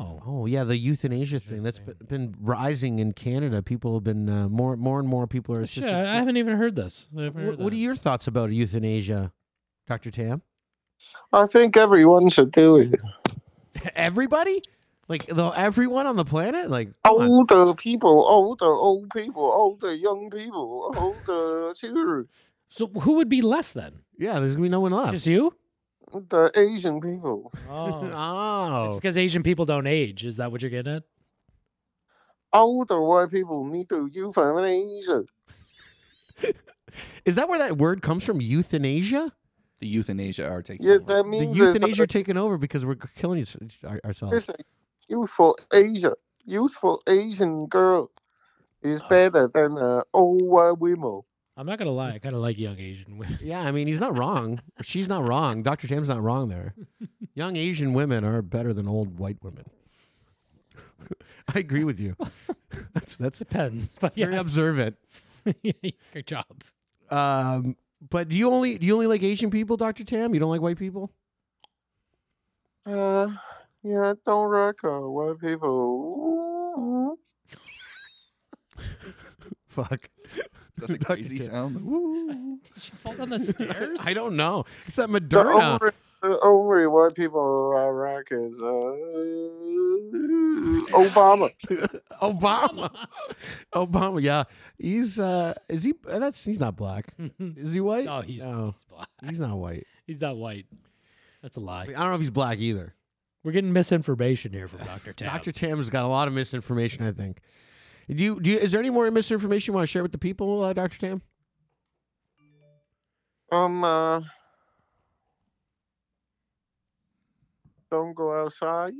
Speaker 10: Oh,
Speaker 9: Oh yeah, the euthanasia thing that's been, been rising in Canada. People have been uh, more more and more people are
Speaker 10: shit,
Speaker 9: assisted.
Speaker 10: I, I haven't even heard this. I haven't
Speaker 9: Wh-
Speaker 10: heard
Speaker 9: what, are
Speaker 10: that.
Speaker 9: your thoughts about euthanasia, Doctor Tam?
Speaker 12: I think everyone should do it.
Speaker 9: Everybody, like the, everyone on the planet, like
Speaker 12: Oh.
Speaker 9: come on.
Speaker 12: Older people, older old people, older young people, older children,
Speaker 10: So who would be left then?
Speaker 9: yeah, there's gonna be no one left.
Speaker 10: Just you?
Speaker 12: the Asian people.
Speaker 10: Oh,
Speaker 9: oh,
Speaker 10: because Asian people don't age. Is that what you're getting at?
Speaker 12: Older white people need to euthanasia.
Speaker 9: is that where that word comes from? Euthanasia.
Speaker 7: The euthanasia are taking.
Speaker 12: Yeah,
Speaker 7: over.
Speaker 12: that
Speaker 9: The
Speaker 12: means it's
Speaker 9: euthanasia are taken over because we're killing each- our- ourselves.
Speaker 12: Listen, youthful Asia, youthful Asian girl is better than an old white woman.
Speaker 10: I'm not gonna lie. I kind of like young Asian women.
Speaker 9: Yeah, I mean, he's not wrong. She's not wrong. Dr. Tam's not wrong there. Young Asian women are better than old white women. I agree with you. That's that's
Speaker 10: Depends. But
Speaker 9: very
Speaker 10: yeah,
Speaker 9: observant.
Speaker 10: good job.
Speaker 9: Um, but do you only do you only like Asian people, Dr. Tam? You don't like white people?
Speaker 12: Uh, yeah, I don't like uh, white people.
Speaker 9: Fuck.
Speaker 7: Is that the
Speaker 9: Dr.
Speaker 7: crazy
Speaker 9: Tam.
Speaker 7: sound? Woo.
Speaker 10: Did she fall down the stairs?
Speaker 9: I don't know. It's that
Speaker 12: The
Speaker 9: Moderna.
Speaker 12: only, the only white people I like is uh, Obama.
Speaker 9: Obama. Obama. Yeah, he's uh, is he? That's he's not black. Is he white?
Speaker 10: No, he's,
Speaker 9: no,
Speaker 10: he's black.
Speaker 9: he's not white.
Speaker 10: He's not white. That's a lie.
Speaker 9: I don't know if he's black either.
Speaker 10: We're getting misinformation here from Doctor Tam.
Speaker 9: Dr. Tam's got a lot of misinformation, I think. Do you, do you, is there any more misinformation you want to share with the people, uh, Dr. Tam?
Speaker 12: Um, uh, don't go outside.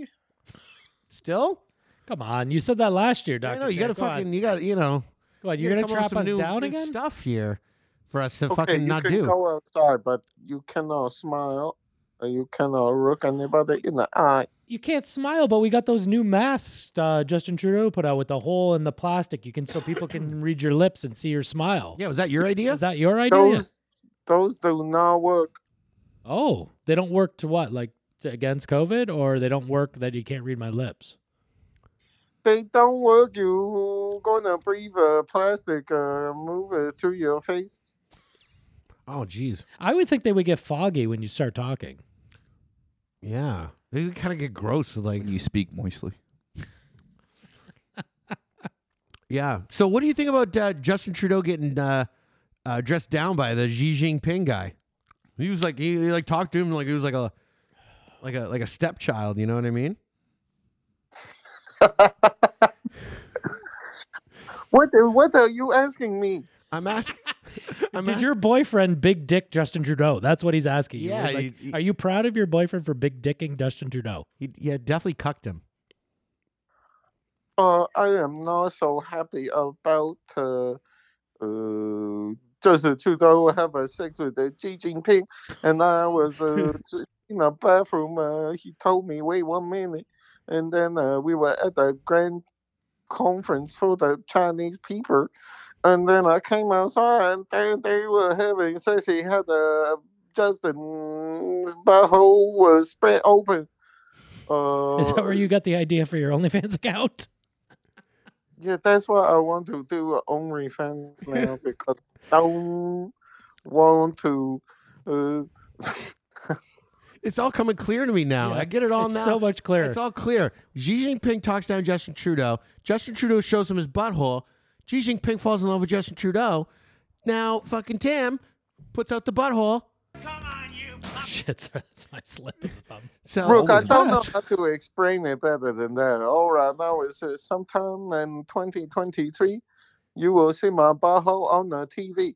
Speaker 9: Still?
Speaker 10: Come on, you said that last year, Doctor.
Speaker 9: I know you got to
Speaker 10: Tam. Go on.
Speaker 9: fucking you got to you know
Speaker 10: Go on,
Speaker 9: you
Speaker 10: you're
Speaker 9: gotta
Speaker 10: gonna
Speaker 9: come up
Speaker 10: trap
Speaker 9: with
Speaker 10: us
Speaker 9: some new,
Speaker 10: down
Speaker 9: new
Speaker 10: again?
Speaker 9: stuff here for us to
Speaker 12: okay,
Speaker 9: fucking
Speaker 12: you
Speaker 9: not
Speaker 12: can
Speaker 9: do.
Speaker 12: go outside, but you cannot smile. Or you cannot look anybody in the eye.
Speaker 10: You can't smile, but we got those new masks uh, Justin Trudeau put out with the hole in the plastic. You can so people can read your lips and see your smile.
Speaker 9: Yeah, was that your idea?
Speaker 10: Is that your idea?
Speaker 12: Those, those do not work.
Speaker 10: Oh, they don't work to what? Like to- against COVID, or they don't work that you can't read my lips.
Speaker 12: They don't work. You gonna breathe uh, plastic, uh, move it through your face.
Speaker 9: oh jeez.
Speaker 10: I would think they would get foggy when you start talking.
Speaker 9: Yeah. They kind of get gross with like
Speaker 7: When you speak moistly.
Speaker 9: Yeah. So what do you think about uh, Justin Trudeau getting uh, uh, dressed down by the Xi Jinping guy? He was like he, he like talked to him like he was like a like a like a stepchild, you know what I mean?
Speaker 12: What? What are you asking me?
Speaker 9: I'm asking
Speaker 10: Did your boyfriend big dick Justin Trudeau? That's what he's asking. you.
Speaker 9: Yeah,
Speaker 10: He's like,
Speaker 9: he- he-
Speaker 10: are you proud of your boyfriend for big dicking Justin Trudeau?
Speaker 9: He, yeah, definitely cucked him.
Speaker 12: Uh, I am not so happy about uh, uh, Justin Trudeau having sex with uh, Xi Jinping, and I was uh, j- in a bathroom. Uh, he told me, "Wait one minute," and then uh, we were at the grand conference for the Chinese people, and then I came outside, and then they were having sex. He had uh, Justin's butthole was spread open. Uh,
Speaker 10: Is
Speaker 9: Oh.
Speaker 10: that where you got the idea for your OnlyFans account?
Speaker 12: Yeah, that's why I want to do OnlyFans now because I don't want to. Uh,
Speaker 9: It's all coming clear to me now.
Speaker 10: Yeah,
Speaker 9: I get it all
Speaker 10: it's
Speaker 9: now.
Speaker 10: so much clearer.
Speaker 9: It's all clear. Xi Jinping talks down Justin Trudeau. Justin Trudeau shows him his butthole. Xi Jinping falls in love with Justin Trudeau. Now, fucking Tim puts out the butthole.
Speaker 10: Shit, sorry, that's my slip of the thumb.
Speaker 9: So
Speaker 12: Brooke, I don't know how to explain it better than that. All right, now it's uh, sometime in 2023, you will see my butthole on the TV.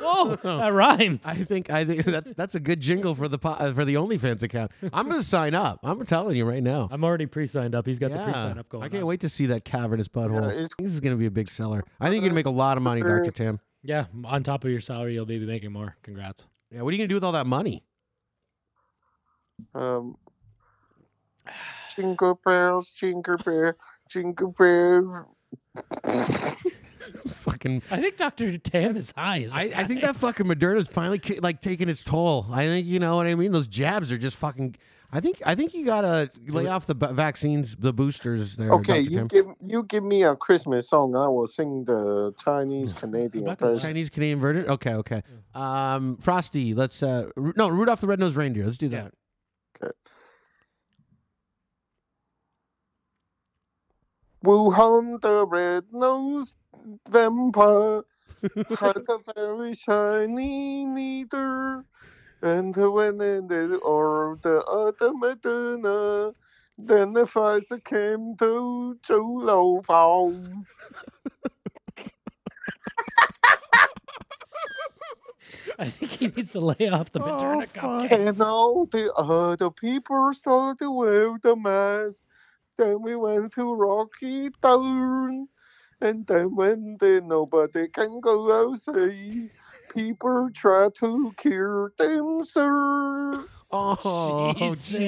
Speaker 10: Whoa, that rhymes.
Speaker 9: I think I think that's that's a good jingle for the po- uh, for the OnlyFans account. I'm going to sign up. I'm telling you right now.
Speaker 10: I'm already pre-signed up. He's got the
Speaker 9: Yeah.
Speaker 10: pre-sign up going.
Speaker 9: I can't
Speaker 10: on.
Speaker 9: wait to see that cavernous butthole.
Speaker 12: it's-
Speaker 9: this is going to be a big seller. I think you're going to make a lot of money, Doctor Tim.
Speaker 10: Yeah, on top of your salary, you'll be making more. Congrats.
Speaker 9: Yeah, what are you going to do with all that money?
Speaker 12: Um, jingle bells, jingle bell, jingle bell.
Speaker 9: Fucking
Speaker 10: I think Doctor Tam is high. Is
Speaker 9: I, I think that fucking Moderna's finally ki- like taking its toll. I think you know what I mean. Those jabs are just fucking. I think I think you gotta lay off the bu- vaccines, the boosters. There,
Speaker 12: Okay,
Speaker 9: Dr.
Speaker 12: you
Speaker 9: Tim.
Speaker 12: give you give me a Christmas song. I will sing the Chinese Canadian
Speaker 10: not gonna
Speaker 12: version.
Speaker 9: Chinese Canadian version. Okay, okay. Um, Frosty, let's uh, Ru- no Rudolph the Red-Nosed Reindeer. Let's do
Speaker 10: Yeah.
Speaker 9: that.
Speaker 12: Wuhan the red nosed vampire had a very shiny needle, and when it did all the other Madonna, then the fire came to Zhou Fao.
Speaker 10: I think he needs to lay off the
Speaker 9: Oh,
Speaker 10: Moderna cupcake.
Speaker 12: And all the other people started wear the mask. Then we went to Rocky Town. And then when they, nobody can go outside, people try to kill themselves.
Speaker 9: Oh,
Speaker 10: Jesus.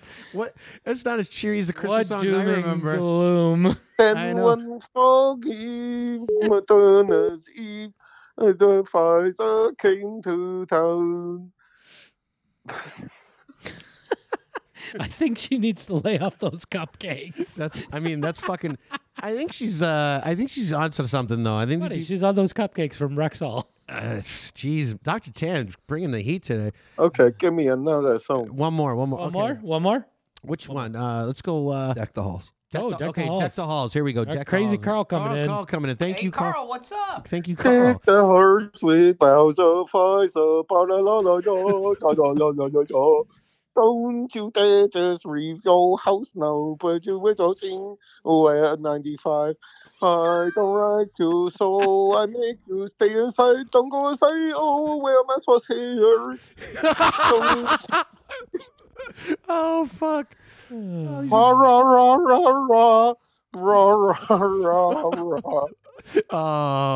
Speaker 9: jeez. What? That's not as cheery as the
Speaker 10: What
Speaker 9: Christmas songs
Speaker 10: doom
Speaker 9: I
Speaker 10: and
Speaker 9: remember.
Speaker 10: gloom.
Speaker 9: I
Speaker 12: Then
Speaker 9: know.
Speaker 12: one foggy Madonna's Eve, the Pfizer came to town.
Speaker 10: I think she needs to lay off those cupcakes.
Speaker 9: That's. I mean, that's fucking. I think she's. Uh, I think she's onto something though. I think.
Speaker 10: Buddy,
Speaker 9: the
Speaker 10: she's on those cupcakes from Rexall.
Speaker 9: pe- uh, Jeez, Doctor Tan's bringing the heat today.
Speaker 12: Okay, give me another song.
Speaker 9: Oh. One more. One more.
Speaker 10: One
Speaker 9: okay.
Speaker 10: more? One more?
Speaker 9: Which one? Uh, let's go. Uh,
Speaker 7: Deck the halls.
Speaker 10: Oh, Deck the
Speaker 9: okay, deck
Speaker 10: Halls.
Speaker 9: the halls. Here we go.
Speaker 10: Got
Speaker 9: Deck
Speaker 10: Crazy
Speaker 9: the halls.
Speaker 10: Carl coming
Speaker 9: Carl,
Speaker 10: in.
Speaker 9: Carl coming in. Thank
Speaker 1: hey,
Speaker 9: you, Carl.
Speaker 1: Carl, what's up?
Speaker 9: Thank you, Carl.
Speaker 12: Take the horse with Bowser, Pfizer, ba la la la la, da la la la la la. Don't you dare just leave your house now, but you will go sing Oh, away at 95. I don't like you, so I make you stay inside. Don't go outside. Oh, well, my was here. Don't
Speaker 9: oh fuck. Oh,
Speaker 12: rah rah rah rah rah rah rah rah rah.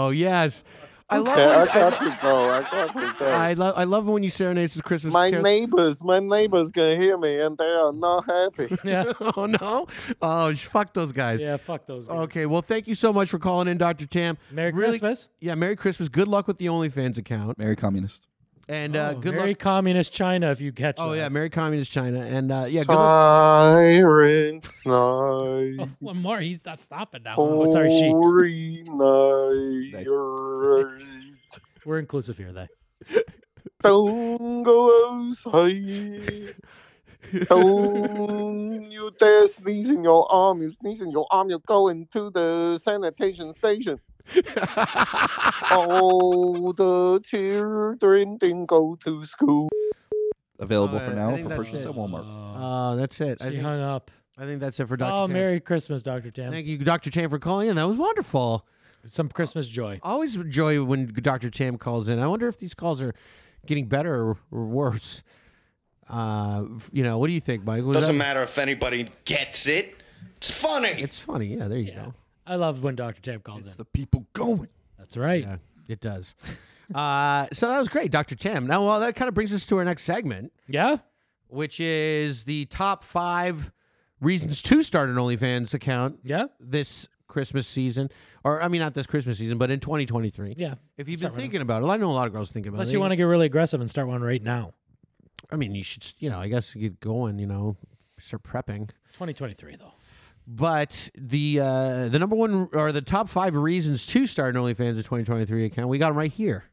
Speaker 9: Oh yes. I love.
Speaker 12: Okay, I
Speaker 9: When,
Speaker 12: got to go. I got to go.
Speaker 9: I, love. I love when you serenades with Christmas.
Speaker 12: my
Speaker 9: carol-
Speaker 12: neighbors, my neighbors can hear me, and they are not happy.
Speaker 10: Yeah.
Speaker 9: oh no. Oh sh- fuck those guys.
Speaker 10: Yeah, fuck those. guys.
Speaker 9: Okay. Well, thank you so much for calling in, Doctor Tam.
Speaker 10: Merry
Speaker 9: Really-
Speaker 10: Christmas.
Speaker 9: Yeah. Merry Christmas. Good luck with the OnlyFans account.
Speaker 7: Merry communist.
Speaker 9: And uh,
Speaker 10: Oh,
Speaker 9: good
Speaker 10: Merry
Speaker 9: luck.
Speaker 10: Communist China if you catch
Speaker 9: Oh
Speaker 10: that.
Speaker 9: yeah. Merry communist China. And uh, yeah. Good luck.
Speaker 12: Tyrant night,
Speaker 10: One more. He's not stopping now. Oh, sorry, she.
Speaker 12: holy night.
Speaker 10: We're inclusive here, they.
Speaker 12: Don't go outside. Don't you dare sneeze in your arm. You sneeze in your arm, you're going to the sanitation station. All the children didn't go to school.
Speaker 7: Available
Speaker 9: Oh, I-
Speaker 7: for
Speaker 9: I
Speaker 7: now
Speaker 9: think
Speaker 7: for
Speaker 9: that's
Speaker 7: purchase
Speaker 9: it.
Speaker 7: at Walmart.
Speaker 9: Uh, that's it. I
Speaker 10: she
Speaker 9: think,
Speaker 10: hung up.
Speaker 9: I think that's it for Doctor.
Speaker 10: Oh,
Speaker 9: Tam.
Speaker 10: Merry Christmas, Dr. Tam.
Speaker 9: Thank you, Dr. Chan, for calling in. That was wonderful.
Speaker 10: Some Christmas joy.
Speaker 9: Always joy when Dr. Tam calls in. I wonder if these calls are getting better or, or worse. Uh, you know, what do you think, Michael? Is
Speaker 13: Doesn't
Speaker 9: that-
Speaker 13: matter if anybody gets it. It's funny.
Speaker 9: It's funny. Yeah, there you go.
Speaker 10: I love when Dr. Tam calls it's in. It's the
Speaker 7: people going.
Speaker 10: That's right.
Speaker 9: Yeah, it does. uh, so that was great, Dr. Tam. Now, well, that kind of brings us to our next segment.
Speaker 10: Yeah.
Speaker 9: Which is the top five reasons to start an OnlyFans account.
Speaker 10: Yeah.
Speaker 9: This Christmas season, or I mean, not this Christmas season, but in 2023.
Speaker 10: Yeah.
Speaker 9: If you've
Speaker 10: Start
Speaker 9: been
Speaker 10: one.
Speaker 9: thinking about it, I know a lot of girls thinking about
Speaker 10: Unless
Speaker 9: it.
Speaker 10: you want to get really aggressive and start one right now.
Speaker 9: I mean, you should, s- you know, I guess you get going, you know, start prepping.
Speaker 10: 2023 though.
Speaker 9: But the uh, the number one or the top five reasons to start an OnlyFans in 2023 account, we got them right here,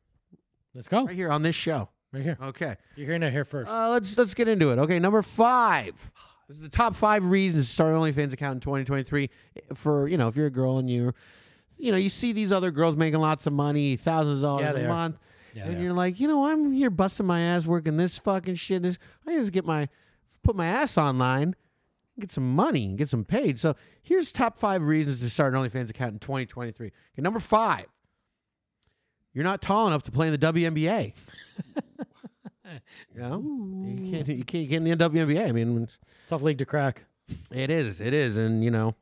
Speaker 10: Let's go.
Speaker 9: right here on this show.
Speaker 10: Right here.
Speaker 9: Okay.
Speaker 10: You're hearing it here first.
Speaker 9: Uh, let's let's get into it. Okay, number five. This is the top five reasons to start an OnlyFans account in 2023 for you know if you're a girl and you, you know you see these other girls making lots of money, thousands of dollars
Speaker 10: Yeah,
Speaker 9: a
Speaker 10: they are.
Speaker 9: month,
Speaker 10: Yeah, they
Speaker 9: and
Speaker 10: are.
Speaker 9: you're like, you know, I'm here busting my ass working this fucking shit. This I just get my put my ass online, get some money, and get some paid. So here's top five reasons to start an OnlyFans account in 2023. Okay, number five. You're not tall enough to play in the WNBA. No, you can't. You can't get in the WNBA. I mean,
Speaker 10: tough league to crack.
Speaker 9: It is. It is, and you know,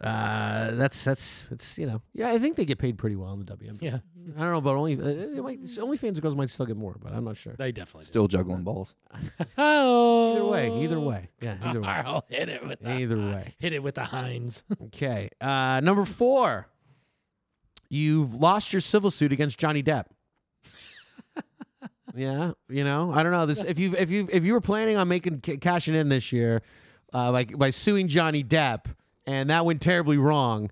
Speaker 9: uh, that's that's it's you know, yeah. I think they get paid pretty well in the WNBA.
Speaker 10: Yeah.
Speaker 9: I don't know, but only uh, it might, OnlyFans girls might still get more, but I'm not sure.
Speaker 10: They definitely
Speaker 7: Still juggling balls.
Speaker 10: Oh.
Speaker 9: Either way, either way, yeah, either way.
Speaker 10: I'll hit it with the,
Speaker 9: Either way.
Speaker 10: Hit it with the Heinz.
Speaker 9: Okay, uh, number four. You've lost your civil suit against Johnny Depp. yeah, you know, I don't know this. If you if you if you were planning on making ca- cashing in this year, uh, like by suing Johnny Depp, and that went terribly wrong,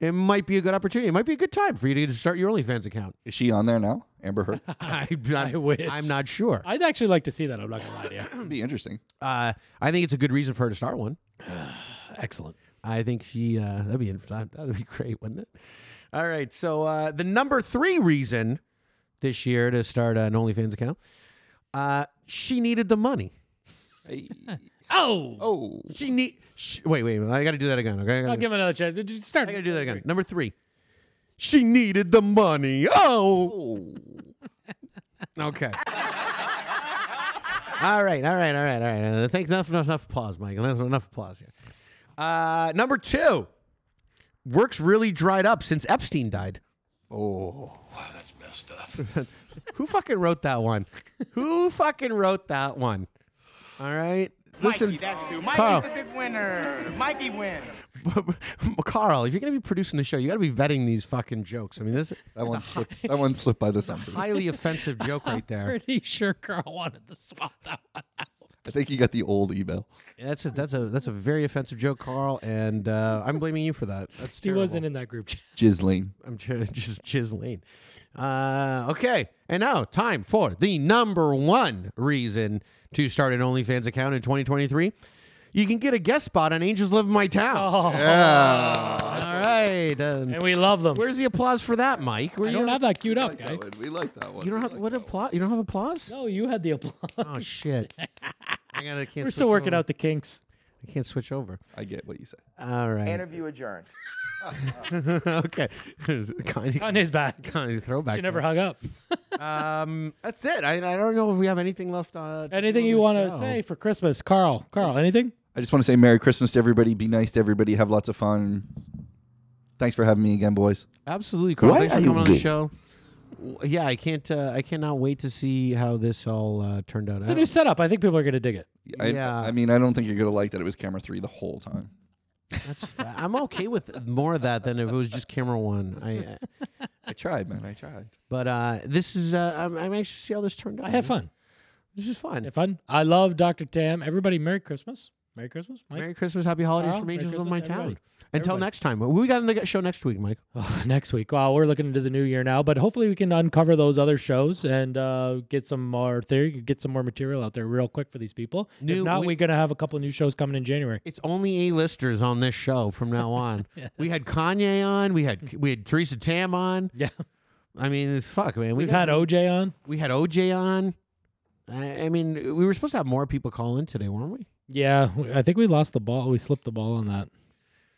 Speaker 9: it might be a good opportunity. It might be a good time for you to start your OnlyFans account.
Speaker 7: Is she on there now? Amber Heard?
Speaker 9: I, I,
Speaker 10: wish.
Speaker 9: I'm not sure.
Speaker 10: I'd actually like to see that. I'm not gonna lie to you.
Speaker 7: It'd be interesting.
Speaker 9: Uh, I think it's a good reason for her to start one.
Speaker 10: Excellent.
Speaker 9: I think she uh, that'd be inf- that- that'd be great, wouldn't it? All right. So uh, the number three reason this year to start an OnlyFans account, uh, she needed the money.
Speaker 10: Oh.
Speaker 7: Oh.
Speaker 9: She need. She, wait, wait. I got to do that again. Okay. I
Speaker 10: I'll
Speaker 9: gotta,
Speaker 10: give it another chance. Just Start. I gotta
Speaker 9: do that again. Number three. She needed the money. Oh. okay. All right. All right. All right. All right. Uh, thanks. Enough. Enough. Enough applause, Mike. Enough. Enough applause here. Uh, number two. Work's really dried up since Epstein died.
Speaker 7: Oh.
Speaker 9: Who fucking wrote that one? Who fucking wrote that one? All right. Listen,
Speaker 5: Mikey, that's who. Mikey's
Speaker 9: Carl,
Speaker 5: the big winner. Mikey wins.
Speaker 9: Carl, if you're gonna be producing the show, you gotta be vetting these fucking jokes. I mean, this
Speaker 7: That one slipped. That one slipped by the censors.
Speaker 9: highly offensive joke right there.
Speaker 10: Pretty sure Carl wanted to swap that one out.
Speaker 7: I think you got the old email.
Speaker 9: That's a that's a that's a very offensive joke, Carl, and uh, I'm blaming you for that. That's
Speaker 10: He
Speaker 9: terrible.
Speaker 10: wasn't in that group chat.
Speaker 7: Jizzling.
Speaker 9: I'm trying to just chiseling. Uh, okay, and now time for the number one reason to start an OnlyFans account in 2023. You can get a guest spot on Angels Live in My Town.
Speaker 10: Oh.
Speaker 9: All right. uh,
Speaker 10: And we love them.
Speaker 9: where's the applause for that, Mike? Where
Speaker 10: I
Speaker 9: you
Speaker 10: don't have that queued up,
Speaker 7: That
Speaker 10: guy.
Speaker 7: one. We like that one.
Speaker 9: you don't have what applause? You don't have applause?
Speaker 10: No, you had the applause.
Speaker 9: Oh shit! I gotta, I can't
Speaker 10: We're still
Speaker 9: switch
Speaker 10: working
Speaker 9: over.
Speaker 10: out the kinks.
Speaker 9: I can't switch over.
Speaker 7: I get what you say.
Speaker 9: All right.
Speaker 14: Interview adjourned.
Speaker 9: okay. kind
Speaker 10: On his back.
Speaker 9: kind of throwback.
Speaker 10: She never
Speaker 9: there.
Speaker 10: hung up.
Speaker 9: Um, that's it. I, I don't know if we have anything left. Uh, to
Speaker 10: Anything
Speaker 9: do
Speaker 10: you
Speaker 9: on
Speaker 10: want
Speaker 9: the
Speaker 10: to
Speaker 9: show.
Speaker 10: say for Christmas, Carl? Carl, anything?
Speaker 7: I just want to say Merry Christmas to everybody. Be nice to everybody. Have lots of fun. Thanks for having me again, boys.
Speaker 9: Absolutely, Carl.
Speaker 7: Why
Speaker 9: Thanks
Speaker 7: are
Speaker 9: for
Speaker 7: you
Speaker 9: coming on the
Speaker 7: gay?
Speaker 9: show. W- Yeah, I can't. Uh, I cannot wait to see how this all uh, turned out.
Speaker 10: It's a new setup. I think people are going to dig it.
Speaker 7: I,
Speaker 9: Yeah.
Speaker 7: I mean, I don't think you're gonna like that it was camera three the whole time.
Speaker 9: That's, I'm okay with more of that than if it was just camera one. I, uh,
Speaker 7: I tried, man. I tried.
Speaker 9: but uh, this is. Uh, I'm, I'm anxious to see how this turned out.
Speaker 10: I had
Speaker 9: man.
Speaker 10: fun.
Speaker 9: This is fun.
Speaker 10: Had fun. I love Dr. Tam. Everybody, Merry Christmas. Merry Christmas, Mike.
Speaker 9: Merry Christmas, happy holidays
Speaker 10: Carl,
Speaker 9: from
Speaker 10: Merry
Speaker 9: Angels of
Speaker 10: Christmas,
Speaker 9: My
Speaker 10: everybody.
Speaker 9: Town. Until
Speaker 10: Everybody.
Speaker 9: next time, we got another show next week, Mike.
Speaker 10: Oh, next week. Well, we're looking into the new year now, but hopefully we can uncover those other shows and uh, get some more theory, get some more material out there real quick for these people.
Speaker 9: New-
Speaker 10: if not,
Speaker 9: we-
Speaker 10: we, are going to have a couple new shows coming in January.
Speaker 9: It's only A-listers on this show from now on. We had Kanye on. We had we had Teresa Tam on.
Speaker 10: Yeah.
Speaker 9: I mean, it's- fuck, man.
Speaker 10: We've
Speaker 9: We
Speaker 10: had OJ on.
Speaker 9: we had OJ on. I, I mean, we were supposed to have more people call in today, weren't we? Oh,
Speaker 10: Yeah, w- I think we lost the ball. We slipped the ball on that.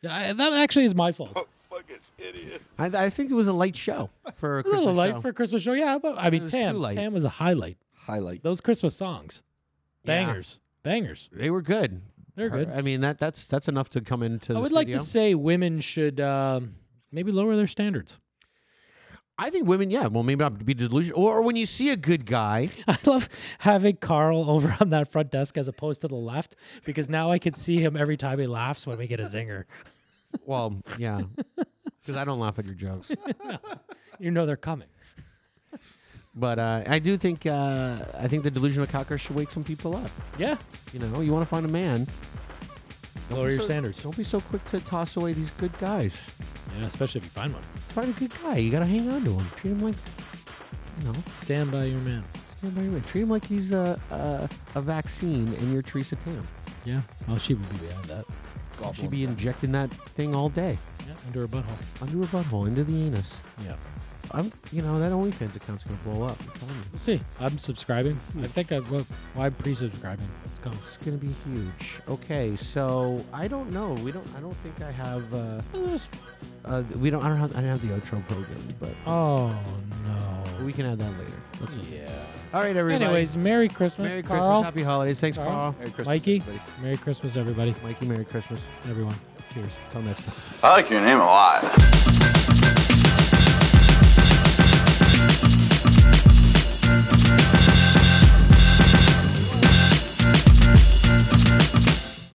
Speaker 10: I, that actually is my fault.
Speaker 8: fucking idiot.
Speaker 9: I, I think it was a light show for a
Speaker 10: A
Speaker 9: Christmas
Speaker 10: little light
Speaker 9: show.
Speaker 10: for a Christmas show, yeah. But I
Speaker 9: It
Speaker 10: mean,
Speaker 9: was
Speaker 10: Tam,
Speaker 9: too light.
Speaker 10: Tam was the highlight.
Speaker 7: Highlight.
Speaker 10: Those Christmas songs,
Speaker 9: Yeah.
Speaker 10: bangers, bangers.
Speaker 9: They were good.
Speaker 10: They're
Speaker 9: Her-
Speaker 10: good.
Speaker 9: I mean that that's that's enough to come into.
Speaker 10: I
Speaker 9: the
Speaker 10: would like to
Speaker 9: studio.
Speaker 10: say women should um maybe lower their standards.
Speaker 9: I think women, yeah, well, maybe not be delusional. Or, or when you see a good guy,
Speaker 10: I love having Carl over on that front desk as opposed to the left because now I can see him every time he laughs when we get a zinger.
Speaker 9: well, yeah, because I don't laugh at your jokes.
Speaker 10: You know they're coming.
Speaker 9: But uh, I do think uh, I think the delusional cocker should wake some people up.
Speaker 10: Yeah.
Speaker 9: You know, you want to find a man. Don't
Speaker 10: Lower
Speaker 9: be
Speaker 10: your
Speaker 9: so-
Speaker 10: standards.
Speaker 9: Don't be so quick to toss away these good guys.
Speaker 10: Yeah, especially if you find one.
Speaker 9: Find a good guy. You got to hang on to him. Treat him like, you know,
Speaker 10: Stand by your man.
Speaker 9: stand by your man. Treat him like he's a, a, a vaccine and you're Teresa Tam.
Speaker 10: Yeah. Well, she would be behind that.
Speaker 9: She'd be injecting that thing all day.
Speaker 10: Yeah, under a butthole.
Speaker 9: Under a butthole, into the anus.
Speaker 10: Yeah.
Speaker 9: I'm, you know, that OnlyFans account's going to blow up. I'm telling you.
Speaker 10: We'll see. I'm subscribing. I think I well, well I'm pre-subscribing. It's coming.
Speaker 9: It's gonna be huge. Okay, so I don't know. We don't. I don't think I have. Uh, uh, we don't. I don't have. I don't have the outro program, but
Speaker 10: Oh no.
Speaker 9: we can add that later. That's okay.
Speaker 10: Yeah.
Speaker 9: All right, everybody.
Speaker 10: Anyways, Merry Christmas,
Speaker 9: Merry
Speaker 10: Carl.
Speaker 9: Christmas. Happy holidays. Thanks,
Speaker 10: Carl.
Speaker 9: Carl.
Speaker 7: Merry Christmas,
Speaker 10: Mikey.
Speaker 7: everybody.
Speaker 10: Merry Christmas, everybody.
Speaker 9: Mikey. Merry Christmas,
Speaker 10: Everyone. Cheers.
Speaker 9: Till next time.
Speaker 14: I like your name a lot.